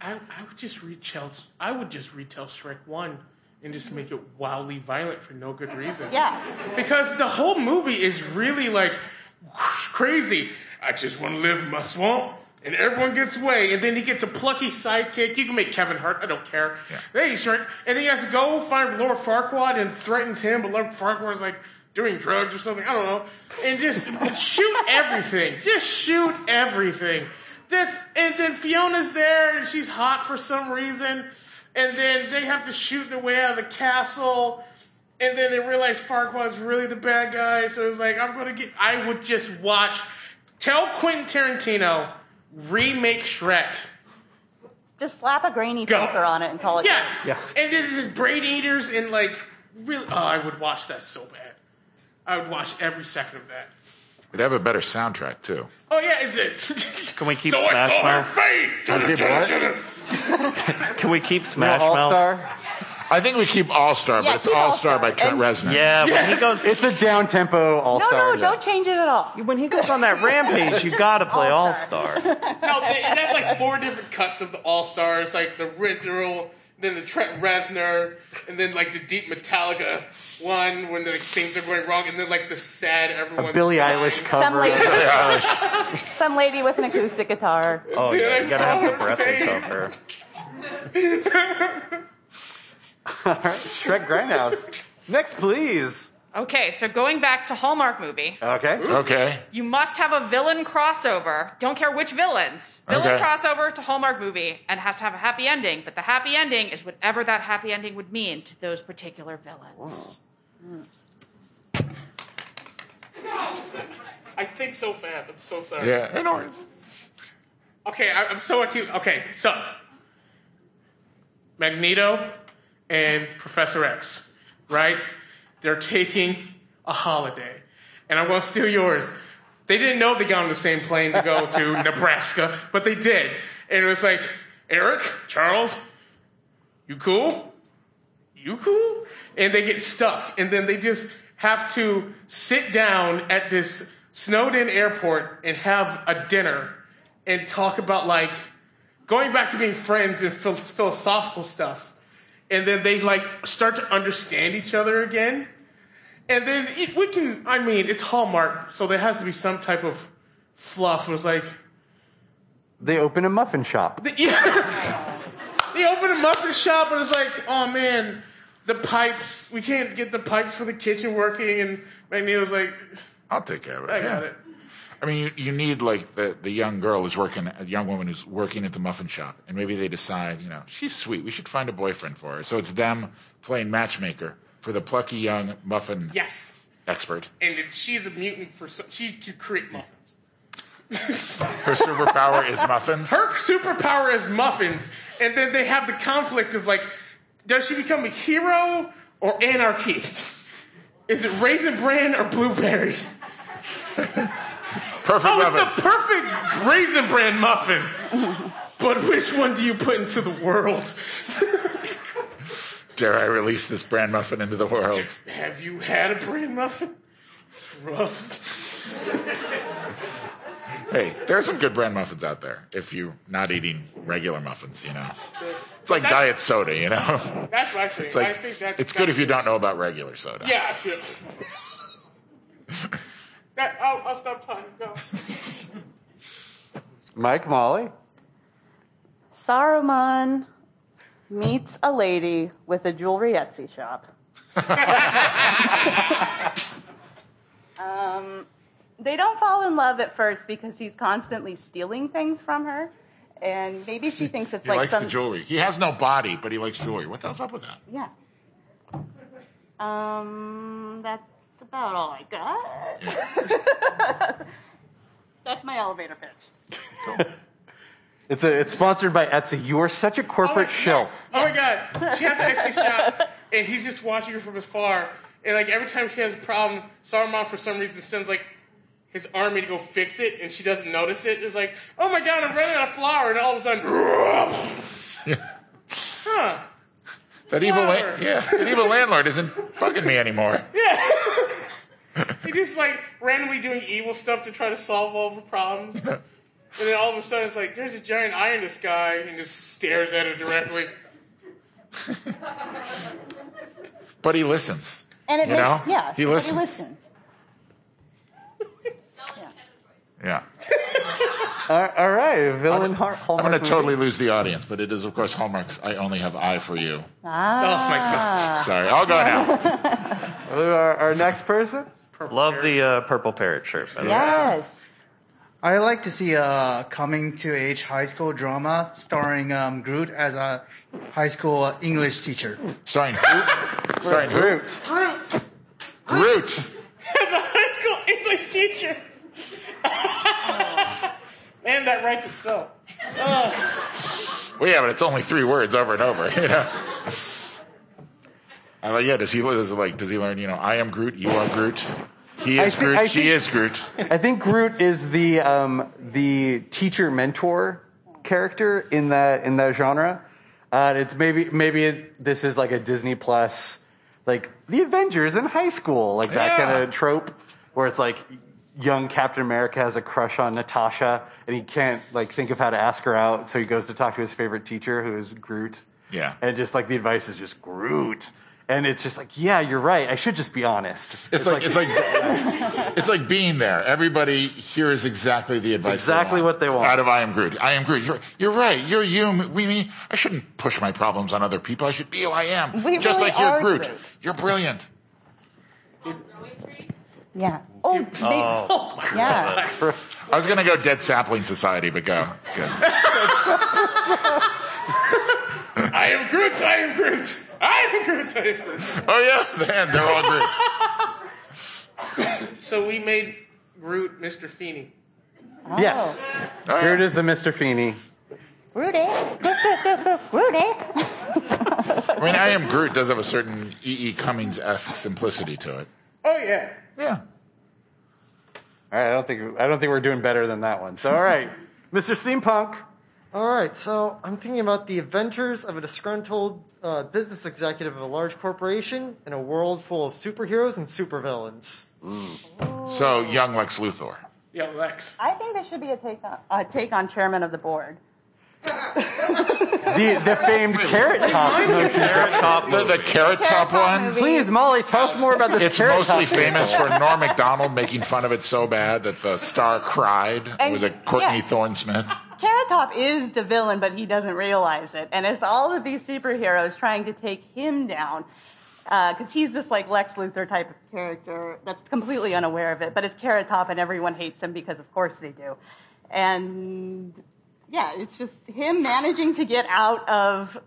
[SPEAKER 3] I, I would just read Chels. I would just retell Shrek One and just make it wildly violent for no good reason.
[SPEAKER 4] Yeah.
[SPEAKER 3] Because the whole movie is really like crazy. I just want to live in my swamp. And everyone gets away, and then he gets a plucky sidekick. You can make Kevin Hart, I don't care.
[SPEAKER 2] Yeah.
[SPEAKER 3] Hey, Shrek. And then he has to go find Lord Farquaad and threatens him, but Lord Farquaad's like doing drugs or something, I don't know. And just shoot everything. Just shoot everything. This, and then Fiona's there, and she's hot for some reason. And then they have to shoot their way out of the castle. And then they realize Farquaad's really the bad guy, so it's like, I'm gonna get. I would just watch. Tell Quentin Tarantino, remake Shrek.
[SPEAKER 4] Just slap a grainy
[SPEAKER 3] Go.
[SPEAKER 4] filter on it and call it.
[SPEAKER 3] Yeah!
[SPEAKER 4] good.
[SPEAKER 5] Yeah.
[SPEAKER 3] And then just Brain Eaters and like, really. Oh, I would watch that so bad. I would watch every second of that.
[SPEAKER 2] It'd have a better soundtrack too.
[SPEAKER 3] Oh, yeah, it's it.
[SPEAKER 5] Can we keep
[SPEAKER 3] so
[SPEAKER 5] Smash
[SPEAKER 3] I
[SPEAKER 5] Mouth?
[SPEAKER 3] saw her face!
[SPEAKER 2] I keep what?
[SPEAKER 5] Can we keep Smash
[SPEAKER 1] All
[SPEAKER 5] Mouth?
[SPEAKER 1] Star.
[SPEAKER 2] I think we keep All Star,
[SPEAKER 4] Yeah,
[SPEAKER 2] but it's
[SPEAKER 4] keep
[SPEAKER 2] All Star by
[SPEAKER 4] All-Star.
[SPEAKER 2] Trent Reznor.
[SPEAKER 5] Yeah, when he
[SPEAKER 3] Yes!
[SPEAKER 5] goes
[SPEAKER 1] It's a down tempo All
[SPEAKER 4] No,
[SPEAKER 1] Star.
[SPEAKER 4] no, don't change it at all.
[SPEAKER 5] when he goes on that rampage, you gotta play All
[SPEAKER 4] All-Star.
[SPEAKER 5] Star.
[SPEAKER 3] No, they, they have like four different cuts of the All Stars, like the original, then the Trent Reznor, and then like the deep Metallica one when like things are going wrong, and then like the sad everyone.
[SPEAKER 1] A Billie
[SPEAKER 3] died.
[SPEAKER 1] Eilish
[SPEAKER 4] Some
[SPEAKER 1] cover.
[SPEAKER 4] lady,
[SPEAKER 2] Gosh.
[SPEAKER 4] some lady with an acoustic guitar.
[SPEAKER 5] Oh yeah, you gotta have the breath
[SPEAKER 3] Face.
[SPEAKER 5] cover.
[SPEAKER 1] Shrek Grindhouse. Next, please.
[SPEAKER 10] Okay, so going back to Hallmark movie,
[SPEAKER 1] Okay.
[SPEAKER 2] Okay.
[SPEAKER 10] you must have a villain crossover. Don't care which villains. Villain
[SPEAKER 2] Okay.
[SPEAKER 10] crossover to Hallmark movie and has to have a happy ending, but the happy ending is whatever that happy ending would mean to those particular villains.
[SPEAKER 3] I think so fast. I'm so sorry.
[SPEAKER 2] Yeah. No worries.
[SPEAKER 3] Okay, I, I'm so acute. Okay, so Magneto and Professor X, right? They're taking a holiday, and I'm going to steal yours. They didn't know they got on the same plane to go to Nebraska, but they did. And it was like, Eric, Charles, you cool? You cool? And they get stuck, and then they just have to sit down at this Snowden airport and have a dinner and talk about like going back to being friends and phil- philosophical stuff. And then they like start to understand each other again. And then it, we can, I mean, it's Hallmark, so there has to be some type of fluff. It was like,
[SPEAKER 1] They open a muffin shop.
[SPEAKER 3] yeah. they opened a muffin shop and it's like, oh man, the pipes, we can't get the pipes for the kitchen working. And Magneto's like,
[SPEAKER 2] I'll take care of it.
[SPEAKER 3] I
[SPEAKER 2] yeah.
[SPEAKER 3] got it.
[SPEAKER 2] I mean, you, you need like the, the young girl who's working, a young woman who's working at the muffin shop, and maybe they decide, you know, she's sweet. We should find a boyfriend for her. So it's them playing matchmaker for the plucky young muffin
[SPEAKER 3] Yes.
[SPEAKER 2] expert.
[SPEAKER 3] And then she's a mutant for, so- she could create muffins.
[SPEAKER 2] Her superpower is muffins.
[SPEAKER 3] her superpower is muffins, and then they have the conflict of like, does she become a hero or anarchy? Is it raisin bran or blueberry?
[SPEAKER 2] Perfect
[SPEAKER 3] Oh, it's
[SPEAKER 2] muffins.
[SPEAKER 3] the perfect raisin bran muffin. But which one do you put into the world?
[SPEAKER 2] Dare I release this brand muffin into the world?
[SPEAKER 3] Have you had a bran muffin? It's rough.
[SPEAKER 2] Hey, there are some good brand muffins out there if you're not eating regular muffins, you know. It's like diet soda, you know.
[SPEAKER 3] That's what I think.
[SPEAKER 2] It's
[SPEAKER 3] I
[SPEAKER 2] like
[SPEAKER 3] think that,
[SPEAKER 2] it's good if you don't know about regular soda.
[SPEAKER 3] Yeah, I feel. that, I'll, I'll stop talking. No.
[SPEAKER 1] Mike Molly.
[SPEAKER 4] Saruman meets a lady with a jewelry Etsy shop. um, they don't fall in love at first because he's constantly stealing things from her, and maybe she thinks it's
[SPEAKER 2] He
[SPEAKER 4] like
[SPEAKER 2] likes
[SPEAKER 4] some
[SPEAKER 2] the jewelry. He has no body, but he likes jewelry. What the hell's up with that?
[SPEAKER 4] yeah. Um, that's about all I got. that's my elevator pitch.
[SPEAKER 1] It's a, it's sponsored by Etsy. You are such a corporate shelf.
[SPEAKER 3] Oh my god, she has an Etsy shop, and he's just watching her from afar. And like every time she has a problem, Saruman for some reason sends like his army to go fix it, and she doesn't notice it. It's like, oh my god, I'm running out of flour, and all of a sudden, huh?
[SPEAKER 2] That evil,
[SPEAKER 3] Flower.
[SPEAKER 2] la- yeah, that evil landlord isn't bugging me anymore.
[SPEAKER 3] He just like randomly doing evil stuff to try to solve all the problems. and then all of a sudden it's like, there's a giant eye in the sky and just stares at it directly.
[SPEAKER 2] But he listens.
[SPEAKER 4] And it
[SPEAKER 2] you
[SPEAKER 4] lis-
[SPEAKER 2] know?
[SPEAKER 4] yeah,
[SPEAKER 2] He
[SPEAKER 4] but
[SPEAKER 2] listens.
[SPEAKER 4] He listens.
[SPEAKER 2] Yeah.
[SPEAKER 1] All- all right, villain har-
[SPEAKER 2] I'm
[SPEAKER 1] Hallmark.
[SPEAKER 2] going to
[SPEAKER 1] movie.
[SPEAKER 2] totally lose the audience, but it is, of course, Hallmark's I Only Have Eye for You.
[SPEAKER 4] Ah.
[SPEAKER 2] Sorry, I'll go now.
[SPEAKER 1] Our, our next person.
[SPEAKER 5] Love the uh, purple parrot shirt. By the way.
[SPEAKER 4] Yes.
[SPEAKER 7] I like to see a coming to age high school drama starring um, Groot as a high school English teacher.
[SPEAKER 2] Starring who? Starring who?
[SPEAKER 1] Groot.
[SPEAKER 3] Groot!
[SPEAKER 2] Groot.
[SPEAKER 3] as a high school English teacher. Man, that writes itself.
[SPEAKER 2] Well, yeah, but it's only three words over and over. You know. I'm like, yeah. Does he does it like? Does he learn? You know, I am Groot. You are Groot. He is
[SPEAKER 1] I thi-
[SPEAKER 2] Groot.
[SPEAKER 1] I
[SPEAKER 2] she
[SPEAKER 1] think-
[SPEAKER 2] is Groot.
[SPEAKER 1] I think Groot is the um, the teacher mentor character in that in that genre. Uh, it's maybe maybe it, this is like a Disney Plus, like the Avengers in high school, like that
[SPEAKER 2] Yeah.
[SPEAKER 1] kind of trope where it's like young Captain America has a crush on Natasha and he can't like think of how to ask her out, so he goes to talk to his favorite teacher who is Groot.
[SPEAKER 2] Yeah.
[SPEAKER 1] and just like the advice is just Groot. And it's just like, yeah, you're right. I should just be honest.
[SPEAKER 2] It's, like, it's like it's like being there. Everybody hears exactly the advice.
[SPEAKER 1] Exactly what they want.
[SPEAKER 2] Out of I am Groot. I am Groot. You're, you're right. You're you. We me. I shouldn't push my problems on other people. I should be who I am.
[SPEAKER 4] We
[SPEAKER 2] Just
[SPEAKER 4] really
[SPEAKER 2] like you're
[SPEAKER 4] are
[SPEAKER 2] Groot.
[SPEAKER 4] Groot.
[SPEAKER 2] You're brilliant.
[SPEAKER 4] Yeah. Oh, they, yeah.
[SPEAKER 2] I was gonna go Dead Sapling Society, but go. Good.
[SPEAKER 3] I am Groot, I am Groot. I am Groot, I am Groot.
[SPEAKER 2] Oh yeah, man, they're all Groots.
[SPEAKER 3] So we made Groot Mr. Feeney.
[SPEAKER 1] yes.
[SPEAKER 4] Oh.
[SPEAKER 2] All
[SPEAKER 1] Groot
[SPEAKER 2] right.
[SPEAKER 1] is the Mr. Feeney.
[SPEAKER 4] Rudy. Rudy.
[SPEAKER 2] I mean, I am Groot does have a certain E. E. Cummings esque simplicity to it.
[SPEAKER 3] Oh, yeah.
[SPEAKER 2] Yeah.
[SPEAKER 1] All right, I don't think I don't think we're doing better than that one. So all right, Mr. Steampunk.
[SPEAKER 11] All right, so I'm thinking about the adventures of a disgruntled uh, business executive of a large corporation in a world full of superheroes and supervillains.
[SPEAKER 2] So young Lex Luthor.
[SPEAKER 3] Yeah, Lex.
[SPEAKER 4] I think this should be a take on a take on chairman of the board.
[SPEAKER 1] The the famed carrot top.
[SPEAKER 5] Parrot top.
[SPEAKER 2] The, the carrot top one.
[SPEAKER 1] Please, Molly, tell us more about this
[SPEAKER 2] It's
[SPEAKER 1] carrot
[SPEAKER 2] mostly
[SPEAKER 1] top.
[SPEAKER 2] famous for Norm Macdonald making fun of it so bad that the star cried. It
[SPEAKER 4] And-
[SPEAKER 2] was a Courtney
[SPEAKER 4] yeah.
[SPEAKER 2] Thorne Smith.
[SPEAKER 4] Carrot Top is the villain, but he doesn't realize it, and it's all of these superheroes trying to take him down because he's this like Lex Luthor type of character that's completely unaware of it. But it's Carrot Top, and everyone hates him because, of course, they do. And yeah, it's just him managing to get out of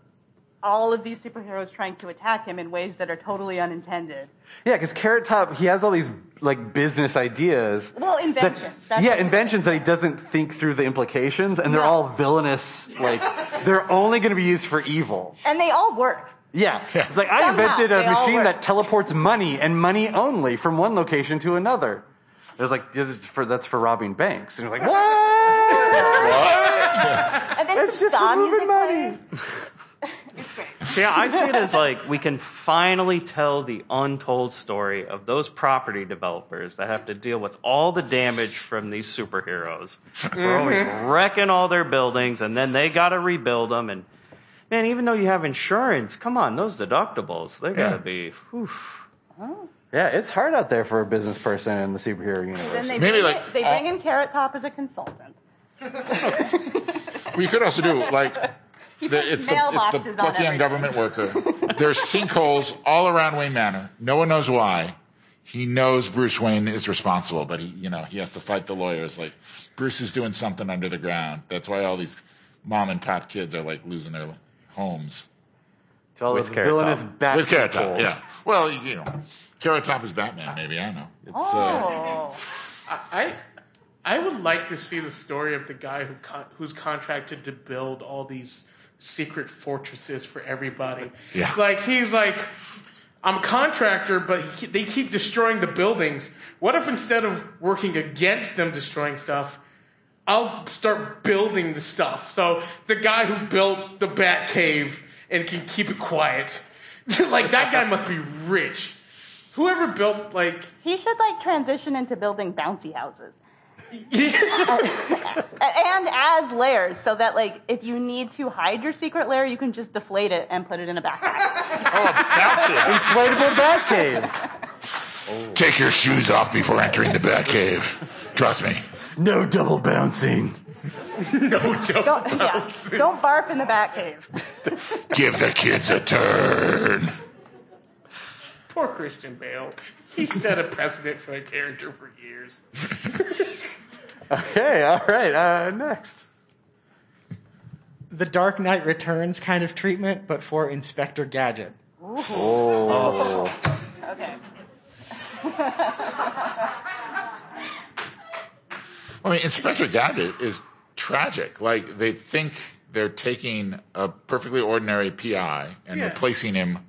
[SPEAKER 4] all of these superheroes trying to attack him in ways that are totally unintended.
[SPEAKER 1] Yeah, because carrot top, he has all these like business ideas.
[SPEAKER 4] Well,
[SPEAKER 1] that-
[SPEAKER 4] inventions. that's
[SPEAKER 1] yeah,
[SPEAKER 4] what it is.
[SPEAKER 1] inventions that he doesn't think through the implications, and they're
[SPEAKER 4] No.
[SPEAKER 1] all villainous. Like they're only going to be used for evil.
[SPEAKER 4] And they all work.
[SPEAKER 1] Yeah.
[SPEAKER 2] Yeah.
[SPEAKER 1] It's like I
[SPEAKER 4] Somehow
[SPEAKER 1] invented a
[SPEAKER 4] they all
[SPEAKER 1] machine
[SPEAKER 4] work.
[SPEAKER 1] that teleports money and money only from one location to another. It was like this is for, that's for robbing banks, and you're like, what?
[SPEAKER 4] And then
[SPEAKER 1] It's
[SPEAKER 4] some
[SPEAKER 1] just
[SPEAKER 4] ska
[SPEAKER 1] for
[SPEAKER 4] music
[SPEAKER 1] moving money.
[SPEAKER 4] plays. It's great.
[SPEAKER 5] Yeah, I see it as like we can finally tell the untold story of those property developers that have to deal with all the damage from these superheroes. We're always wrecking all their buildings, and then they got to rebuild them. And man, even though you have insurance, come on, those deductibles they got
[SPEAKER 2] Yeah.
[SPEAKER 5] to be. Whew.
[SPEAKER 1] Yeah, it's hard out there for a business person in the superhero universe.
[SPEAKER 4] Then they
[SPEAKER 2] Maybe
[SPEAKER 4] bring,
[SPEAKER 2] like
[SPEAKER 4] it- they
[SPEAKER 2] all-
[SPEAKER 4] bring in Carrot Top as a consultant.
[SPEAKER 2] We could also do like the, it's, the, it's the
[SPEAKER 4] mailboxes on
[SPEAKER 2] plucky young
[SPEAKER 4] everything.
[SPEAKER 2] government worker. There's sinkholes all around Wayne Manor. No one knows why. He knows Bruce Wayne is responsible, but he, you know, he has to fight the lawyers. Like Bruce is doing something under the ground. That's why all these mom and pop kids are like losing their homes
[SPEAKER 1] To all
[SPEAKER 5] With
[SPEAKER 1] those
[SPEAKER 5] Carrot
[SPEAKER 1] villainous
[SPEAKER 5] Top.
[SPEAKER 1] bat
[SPEAKER 2] with Carrot Top.
[SPEAKER 1] sequels.
[SPEAKER 2] Yeah. Well, you know, Carrot Top is Batman. Maybe I don't know. It's, uh,
[SPEAKER 4] Oh,
[SPEAKER 3] I, I would like to see the story of the guy who con- who's contracted to build all these secret fortresses for everybody.
[SPEAKER 2] Yeah.
[SPEAKER 3] It's like he's like, I'm a contractor, but he, ke- they keep destroying the buildings. What if instead of working against them destroying stuff, I'll start building the stuff. So the guy who built the Bat Cave and can keep it quiet, like that guy must be rich. Whoever built like
[SPEAKER 4] He should like transition into building bouncy houses. and as layers, so that like if you need to hide your secret layer, you can just deflate it and put it in a backpack.
[SPEAKER 1] Inflatable Batcave.
[SPEAKER 2] Take your shoes off before entering the bat cave. Trust me.
[SPEAKER 1] No double bouncing.
[SPEAKER 3] no double
[SPEAKER 4] don't, yeah, don't barf in the Batcave.
[SPEAKER 2] Give the kids a turn.
[SPEAKER 3] poor Christian Bale. He set a precedent for the character for years.
[SPEAKER 1] Okay, all right. Uh, next.
[SPEAKER 12] The Dark Knight Returns kind of treatment, but for Inspector Gadget.
[SPEAKER 1] Oh.
[SPEAKER 4] Okay.
[SPEAKER 2] I mean, Inspector Gadget is tragic. Like they think they're taking a perfectly ordinary PI and
[SPEAKER 3] Yeah.
[SPEAKER 2] replacing him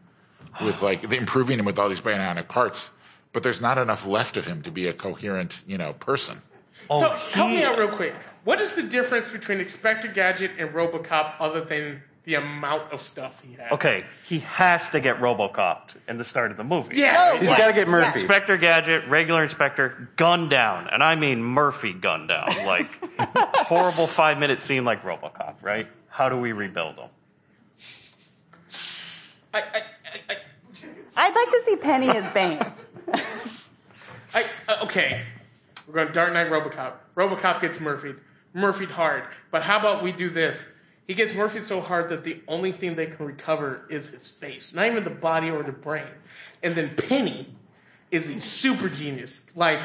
[SPEAKER 2] with like they improving him with all these bionic parts, but there's not enough left of him to be a coherent, you know, person.
[SPEAKER 3] so help me out real quick. What is the difference between Inspector Gadget and RoboCop other than the amount of stuff he has?
[SPEAKER 5] Okay, he has to get Robocopped in the start of the movie.
[SPEAKER 3] Yeah.
[SPEAKER 1] He's got to get Murphy.
[SPEAKER 5] Inspector Gadget, regular Inspector, gunned down, and I mean Murphy gunned down. Like horrible five minute scene, like RoboCop. Right? How do we rebuild him?
[SPEAKER 3] I, I, I,
[SPEAKER 4] I'd like to see Penny as Bane.
[SPEAKER 3] I, I, okay. We're going Dark Knight RoboCop. RoboCop gets Murphyed. Murphyed hard. But how about we do this? He gets Murphyed so hard that the only thing they can recover is his face, not even the body or the brain. And then Penny is a super genius, like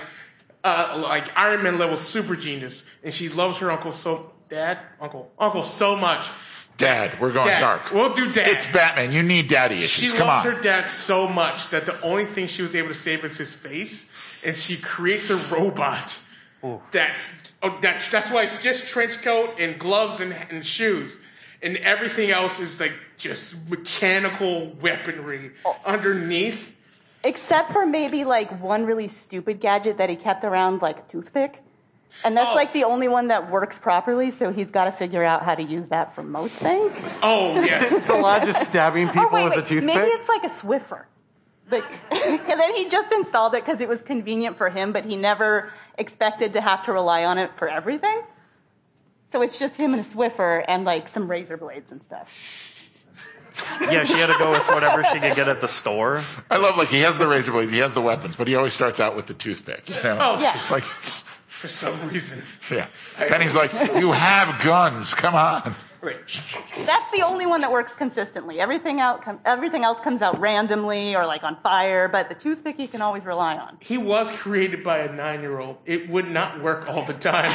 [SPEAKER 3] uh, like Iron Man level super genius, and she loves her uncle so dad uncle uncle so much.
[SPEAKER 2] Dad, we're going
[SPEAKER 3] Dad.
[SPEAKER 2] dark.
[SPEAKER 3] We'll do dad.
[SPEAKER 2] It's Batman. You need daddy
[SPEAKER 3] She
[SPEAKER 2] issues. Come
[SPEAKER 3] loves
[SPEAKER 2] on.
[SPEAKER 3] her dad so much that the only thing she was able to save is his face, and she creates a robot. That's oh, that's that's why it's just trench coat and gloves and, and shoes, and everything else is like just mechanical weaponry
[SPEAKER 2] Oh.
[SPEAKER 3] underneath.
[SPEAKER 4] Except for maybe like one really stupid gadget that he kept around, like a toothpick. And that's
[SPEAKER 3] Oh.
[SPEAKER 4] like the only one that works properly, so he's got to figure out how to use that for most things.
[SPEAKER 3] Oh yes,
[SPEAKER 1] The lodge is stabbing people
[SPEAKER 4] oh, wait,
[SPEAKER 1] with
[SPEAKER 4] wait.
[SPEAKER 1] a toothpick.
[SPEAKER 4] Maybe it's like a Swiffer. But, and then he just installed it because it was convenient for him, but he never expected to have to rely on it for everything. So it's just him and a Swiffer and like some razor blades and stuff.
[SPEAKER 5] Yeah, she had to go with whatever she could get at the store.
[SPEAKER 2] I love like he has the razor blades, he has the weapons, but he always starts out with the toothpick. You know?
[SPEAKER 3] Oh.
[SPEAKER 4] Yeah.
[SPEAKER 2] Like
[SPEAKER 3] for some reason.
[SPEAKER 2] yeah. Penny's like, You have guns, come on.
[SPEAKER 3] Wait.
[SPEAKER 4] That's the only one that works consistently. Everything out, com- everything else comes out randomly or like on fire, but the toothpick you can always rely on.
[SPEAKER 3] He was created by a nine-year-old. It would not work all the time.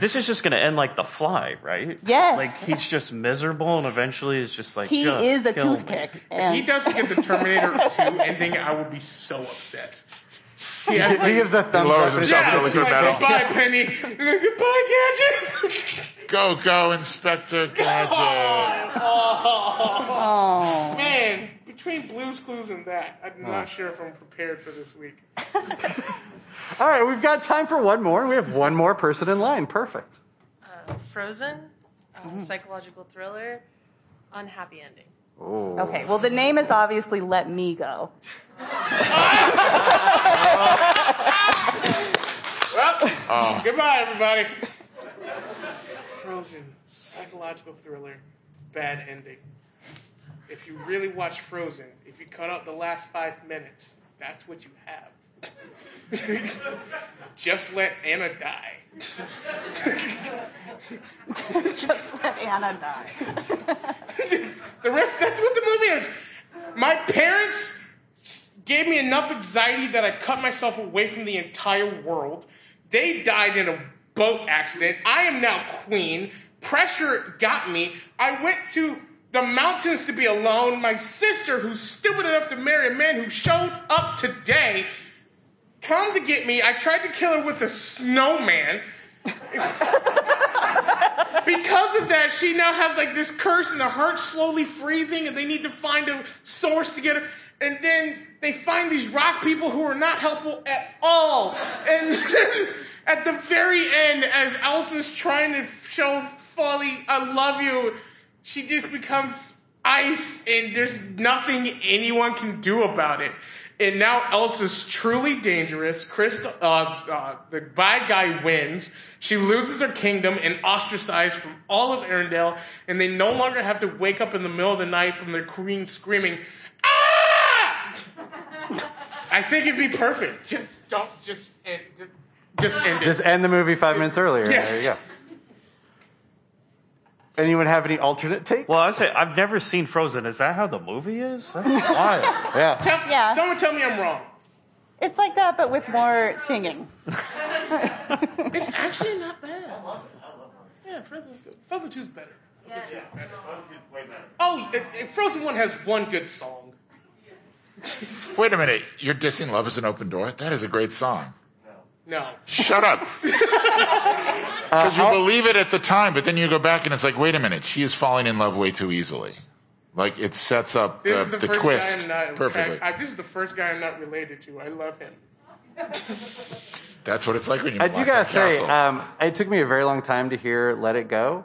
[SPEAKER 5] This is just going to end like the fly, right?
[SPEAKER 4] Yes.
[SPEAKER 5] Like he's just miserable, and eventually is just like
[SPEAKER 4] He
[SPEAKER 5] "Just
[SPEAKER 4] is a
[SPEAKER 5] kill me."
[SPEAKER 4] toothpick.
[SPEAKER 3] If
[SPEAKER 4] And
[SPEAKER 3] he doesn't get the Terminator 2 ending, I will be so upset. He,
[SPEAKER 1] He gi- he gives a thumbs
[SPEAKER 2] lowers
[SPEAKER 1] up. and-
[SPEAKER 2] himself.
[SPEAKER 3] yeah,
[SPEAKER 2] Goodbye,
[SPEAKER 3] it's like,
[SPEAKER 2] Penny.
[SPEAKER 3] goodbye, Penny. goodbye, Gadget.
[SPEAKER 2] Go, go, Inspector Gadget.
[SPEAKER 4] oh,
[SPEAKER 3] Man, between Blue's Clues and that, I'm not sure if I'm prepared for this week.
[SPEAKER 1] All right, we've got time for one more. We have one more person in line. Perfect.
[SPEAKER 13] Uh, Frozen, uh, psychological thriller, unhappy ending.
[SPEAKER 4] okay. Well, the name is obviously "Let Me Go."
[SPEAKER 3] Well, goodbye, everybody. Frozen, psychological thriller, bad ending. If you really watch Frozen, if you cut out the last five minutes, that's what you have. Just let Anna die.
[SPEAKER 4] just let Anna die.
[SPEAKER 3] The rest, that's what the movie is. My parents gave me enough anxiety that I cut myself away from the entire world. They died in a boat accident. I am now queen. Pressure got me. I went to the mountains to be alone. My sister, who's stupid enough to marry a man who showed up today, come to get me. I tried to kill her with a snowman. because of that, she now has like this curse, and her heart's slowly freezing, and they need to find a source to get her. And then they find these rock people who are not helpful at all. And then at the very end, as Elsa's trying to show Folly, I love you, she just becomes ice, and there's nothing anyone can do about it. And now Elsa's truly dangerous. Chris, uh, uh, the bad guy wins. She loses her kingdom and ostracized from all of Arendelle, and they no longer have to wake up in the middle of the night from their queen screaming, "Ah!" I think it'd be perfect. Just don't, just end, just end it.
[SPEAKER 1] Just end the movie five minutes earlier.
[SPEAKER 3] Yes.
[SPEAKER 1] There you go. Anyone have any alternate takes?
[SPEAKER 5] Well, I say I've never seen Frozen. Is that how the movie is? That's wild.
[SPEAKER 1] yeah.
[SPEAKER 3] Tell,
[SPEAKER 4] Yeah.
[SPEAKER 3] Someone tell me I'm wrong.
[SPEAKER 4] It's like that, but with more singing.
[SPEAKER 3] It's actually not bad. I love it. I love it. Yeah, Frozen, Frozen 2 is better. Yeah. Oh, it, it- Frozen 1 has one good song.
[SPEAKER 2] Wait a minute. You're dissing Love is an Open Door? That is a great song.
[SPEAKER 3] No.
[SPEAKER 2] Shut up.
[SPEAKER 3] Uh,
[SPEAKER 2] Because
[SPEAKER 3] oh.
[SPEAKER 2] you believe it at the time, but then you go back and it's like, wait a minute. She is falling in love way too easily. Like, it sets up
[SPEAKER 3] This
[SPEAKER 2] the,
[SPEAKER 3] is the,
[SPEAKER 2] the
[SPEAKER 3] first guy
[SPEAKER 2] twist
[SPEAKER 3] I'm not.
[SPEAKER 2] perfectly.
[SPEAKER 3] I, I- this is the first guy I'm not related to. I love him.
[SPEAKER 2] That's what it's like when you're
[SPEAKER 1] I do gotta say,
[SPEAKER 3] uh,
[SPEAKER 1] um, it took me a very long time to hear "Let It Go,"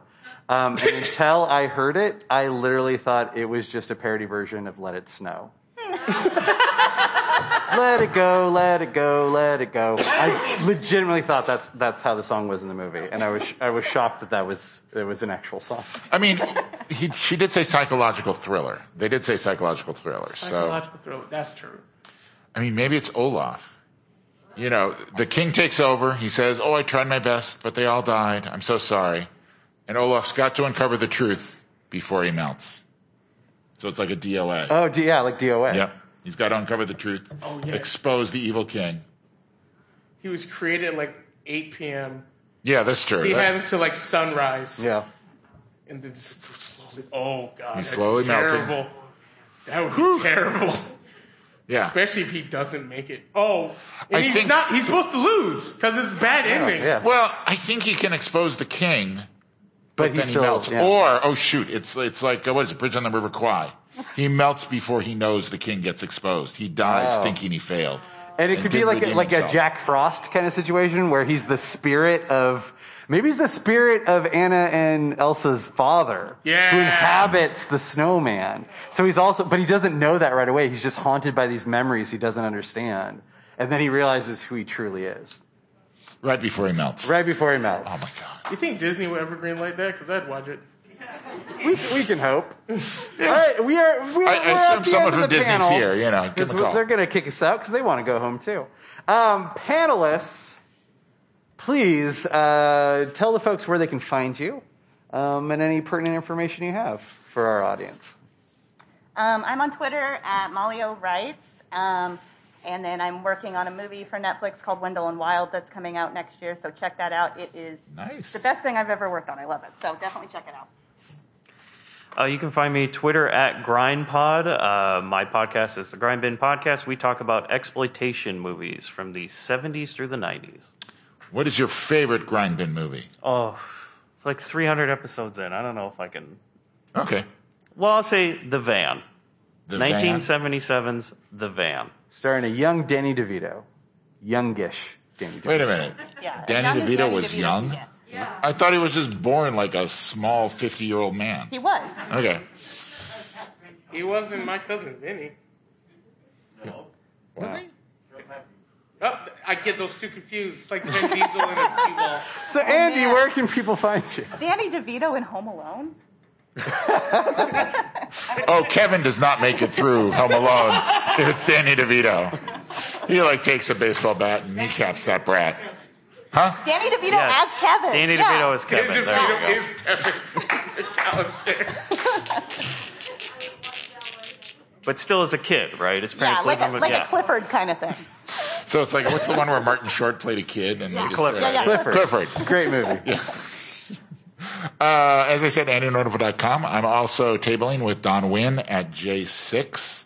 [SPEAKER 1] um, and until I heard it, I literally thought it was just a parody version of "Let It Snow." let it go, let it go, let it go. I legitimately thought that's that's how the song was in the movie, and I was I was shocked that that was it was an actual song.
[SPEAKER 2] I mean, he, she did say psychological thriller. They did say psychological thriller. So,
[SPEAKER 3] Psychological thriller. That's true.
[SPEAKER 2] I mean, maybe it's Olaf. You know, the king takes over. He says, Oh, I tried my best, but they all died. I'm so sorry. And Olaf's got to uncover the truth before he melts. So it's like a DOA.
[SPEAKER 1] Oh, D- yeah, like DOA.
[SPEAKER 2] Yep. He's got to uncover the truth,
[SPEAKER 3] Oh, yeah.
[SPEAKER 2] expose the evil king.
[SPEAKER 3] He was created at like 8 p.m.
[SPEAKER 2] Yeah, that's true.
[SPEAKER 3] He
[SPEAKER 2] That-
[SPEAKER 3] had until like sunrise.
[SPEAKER 1] Yeah.
[SPEAKER 3] And then just slowly. Oh, God.
[SPEAKER 2] He's
[SPEAKER 3] that'd be
[SPEAKER 2] slowly melting.
[SPEAKER 3] terrible. That would be terrible.
[SPEAKER 2] yeah.
[SPEAKER 3] Especially if he doesn't make it. Oh, and
[SPEAKER 2] I
[SPEAKER 3] he's
[SPEAKER 2] think-
[SPEAKER 3] not. He's supposed to lose because it's a bad ending.
[SPEAKER 2] Well, I think he can expose the king,
[SPEAKER 1] But
[SPEAKER 2] but,
[SPEAKER 1] he
[SPEAKER 2] then he
[SPEAKER 1] still-
[SPEAKER 2] melts.
[SPEAKER 1] yeah.
[SPEAKER 2] Or, oh shoot, it's it's like uh, what is it, Bridge on the River Kwai? He melts before he knows the king gets exposed. He dies
[SPEAKER 1] Oh.
[SPEAKER 2] thinking he failed.
[SPEAKER 1] And it could be
[SPEAKER 2] did
[SPEAKER 1] like a,
[SPEAKER 2] redeem
[SPEAKER 1] like a
[SPEAKER 2] himself.
[SPEAKER 1] Jack Frost kind of situation where he's the spirit of maybe he's the spirit of Anna and Elsa's father,
[SPEAKER 3] Yeah.
[SPEAKER 1] who inhabits the snowman. So he's also, but he doesn't know that right away. He's just haunted by these memories he doesn't understand, and then he realizes who he truly is
[SPEAKER 2] right before he melts.
[SPEAKER 1] right before he melts. Oh
[SPEAKER 2] my
[SPEAKER 3] You think Disney would ever greenlight that? Because I'd watch it.
[SPEAKER 1] god, we, we can hope. All right, we are. We are
[SPEAKER 2] I- I
[SPEAKER 1] we're at
[SPEAKER 2] assume
[SPEAKER 1] the
[SPEAKER 2] someone
[SPEAKER 1] end of
[SPEAKER 2] from
[SPEAKER 1] the
[SPEAKER 2] Disney's
[SPEAKER 1] panel,
[SPEAKER 2] here, you know, give
[SPEAKER 1] 'cause
[SPEAKER 2] them a call.
[SPEAKER 1] They're going to kick us out because they want to go home too. Um, panelists, please uh, tell the folks where they can find you um, and any pertinent information you have for our audience.
[SPEAKER 4] Um, I'm on Twitter at Molly O'Wrights. Um, and then I'm working on a movie for Netflix called Wendell and Wild that's coming out next year. So check that out. It is
[SPEAKER 2] Nice.
[SPEAKER 4] the best thing I've ever worked on. I love it. So definitely check it out.
[SPEAKER 5] Uh, you can find me Twitter at GrindPod. Uh, my podcast is the Grind Bin Podcast. We talk about exploitation movies from the 70s through the 90s.
[SPEAKER 2] What is your favorite grind bin movie?
[SPEAKER 5] Oh, it's like 300 episodes in. I don't know if I can.
[SPEAKER 2] Okay.
[SPEAKER 5] Well, I'll say The Van.
[SPEAKER 2] The Van.
[SPEAKER 5] 1977's The Van.
[SPEAKER 1] Starring a young Danny DeVito, youngish Danny DeVito.
[SPEAKER 2] Wait a minute.
[SPEAKER 4] Yeah.
[SPEAKER 2] Danny
[SPEAKER 4] Young is
[SPEAKER 2] DeVito
[SPEAKER 4] Danny
[SPEAKER 2] was
[SPEAKER 4] DeVito.
[SPEAKER 2] young?
[SPEAKER 4] Yeah.
[SPEAKER 2] I thought he was just born like a small fifty-year-old man.
[SPEAKER 4] He was.
[SPEAKER 2] Okay.
[SPEAKER 3] He wasn't my cousin Vinny.
[SPEAKER 2] Wow.
[SPEAKER 3] Oh, I get those two confused. It's like Vin Diesel and a T-ball.
[SPEAKER 1] So, Andy, where can people find you?
[SPEAKER 4] Danny DeVito in Home Alone?
[SPEAKER 2] Oh, Kevin does not make it through Home Alone if it's Danny DeVito. He like takes a baseball bat and kneecaps that brat.
[SPEAKER 4] Danny DeVito
[SPEAKER 2] Yes.
[SPEAKER 4] as Kevin.
[SPEAKER 5] Danny
[SPEAKER 4] Oh, Yeah.
[SPEAKER 5] DeVito is Kevin.
[SPEAKER 3] Danny
[SPEAKER 5] There we
[SPEAKER 3] DeVito
[SPEAKER 5] go.
[SPEAKER 3] is Kevin McAllister.
[SPEAKER 5] But still as a kid, right? His
[SPEAKER 4] Yeah,
[SPEAKER 5] parents
[SPEAKER 4] like,
[SPEAKER 5] live
[SPEAKER 4] a,
[SPEAKER 5] him with
[SPEAKER 4] like
[SPEAKER 5] yeah.
[SPEAKER 4] a Clifford kind of thing.
[SPEAKER 2] So it's like what's the one where Martin Short played a kid and they just threw it
[SPEAKER 5] Clifford.
[SPEAKER 2] out
[SPEAKER 4] Yeah,
[SPEAKER 2] there?
[SPEAKER 4] yeah,
[SPEAKER 1] Clifford.
[SPEAKER 2] Clifford.
[SPEAKER 1] It's a great movie.
[SPEAKER 2] Uh, as I said, AndyNotival.com. I'm also tabling with Don Wynn at J6.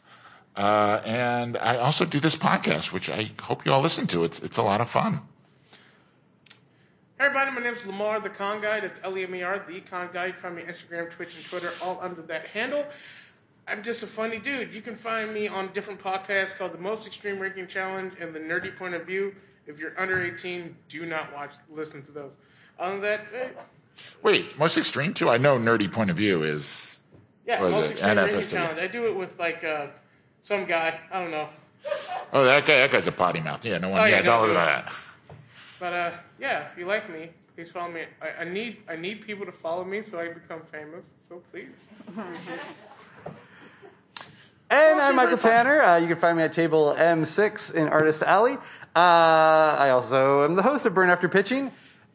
[SPEAKER 2] Uh, and I also do this podcast, which I hope you all listen to. It's it's a lot of fun.
[SPEAKER 3] Hey, everybody, my name's Lamar, the con guy. That's E L-E-M-E-R, the con guy. You can find me on Instagram, Twitch, and Twitter, all under that handle. I'm just a funny dude. You can find me on different podcasts called The Most Extreme Ranking Challenge and The Nerdy Point of View. If you're under 18, do not watch, listen to those. Other than that, eh,
[SPEAKER 2] Wait, most extreme too. I know nerdy point of view is
[SPEAKER 3] Yeah,
[SPEAKER 2] What is
[SPEAKER 3] most
[SPEAKER 2] it?
[SPEAKER 3] extreme reading
[SPEAKER 2] NFSW.
[SPEAKER 3] challenge. I do it with like uh, some guy. I don't know.
[SPEAKER 2] Oh, that guy, that guy's a potty mouth. Yeah, no one.
[SPEAKER 3] Oh,
[SPEAKER 2] yeah,
[SPEAKER 3] yeah,
[SPEAKER 2] don't
[SPEAKER 3] no,
[SPEAKER 2] look
[SPEAKER 3] no.
[SPEAKER 2] at that.
[SPEAKER 3] But uh, yeah, if you like me, please follow me. I, I need I need people to follow me so I can become famous. So please.
[SPEAKER 1] And I'm Michael Tanner. Uh, you can find me at table M6 in Artist Alley. Uh, I also am the host of Burn After Pitching,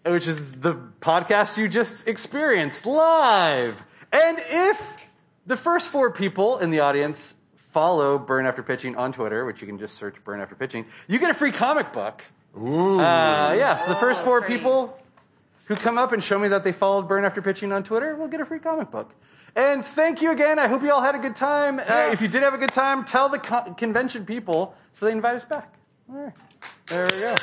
[SPEAKER 1] which is the podcast you just experienced live. And if the first four people in the audience follow Burn After Pitching on Twitter, which you can just search Burn After Pitching, you get a free comic book.
[SPEAKER 2] Ooh.
[SPEAKER 1] Uh, yes, the first four people who come up and show me that they followed Burn After Pitching on Twitter will get a free comic book. And thank you again. I hope you all had a good time. Uh, if you did have a good time, tell the co- convention people so they invite us back. There we go.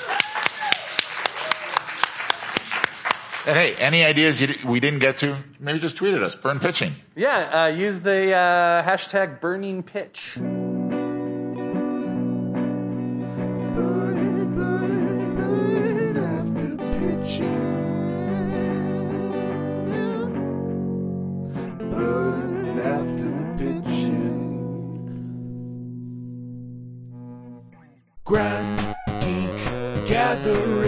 [SPEAKER 2] And hey, any ideas you, d- we didn't get to? Maybe just tweet at us. Burn pitching.
[SPEAKER 1] Yeah, uh, use the uh, hashtag burning pitch.
[SPEAKER 7] Burn after pitching. Grab, geek, gather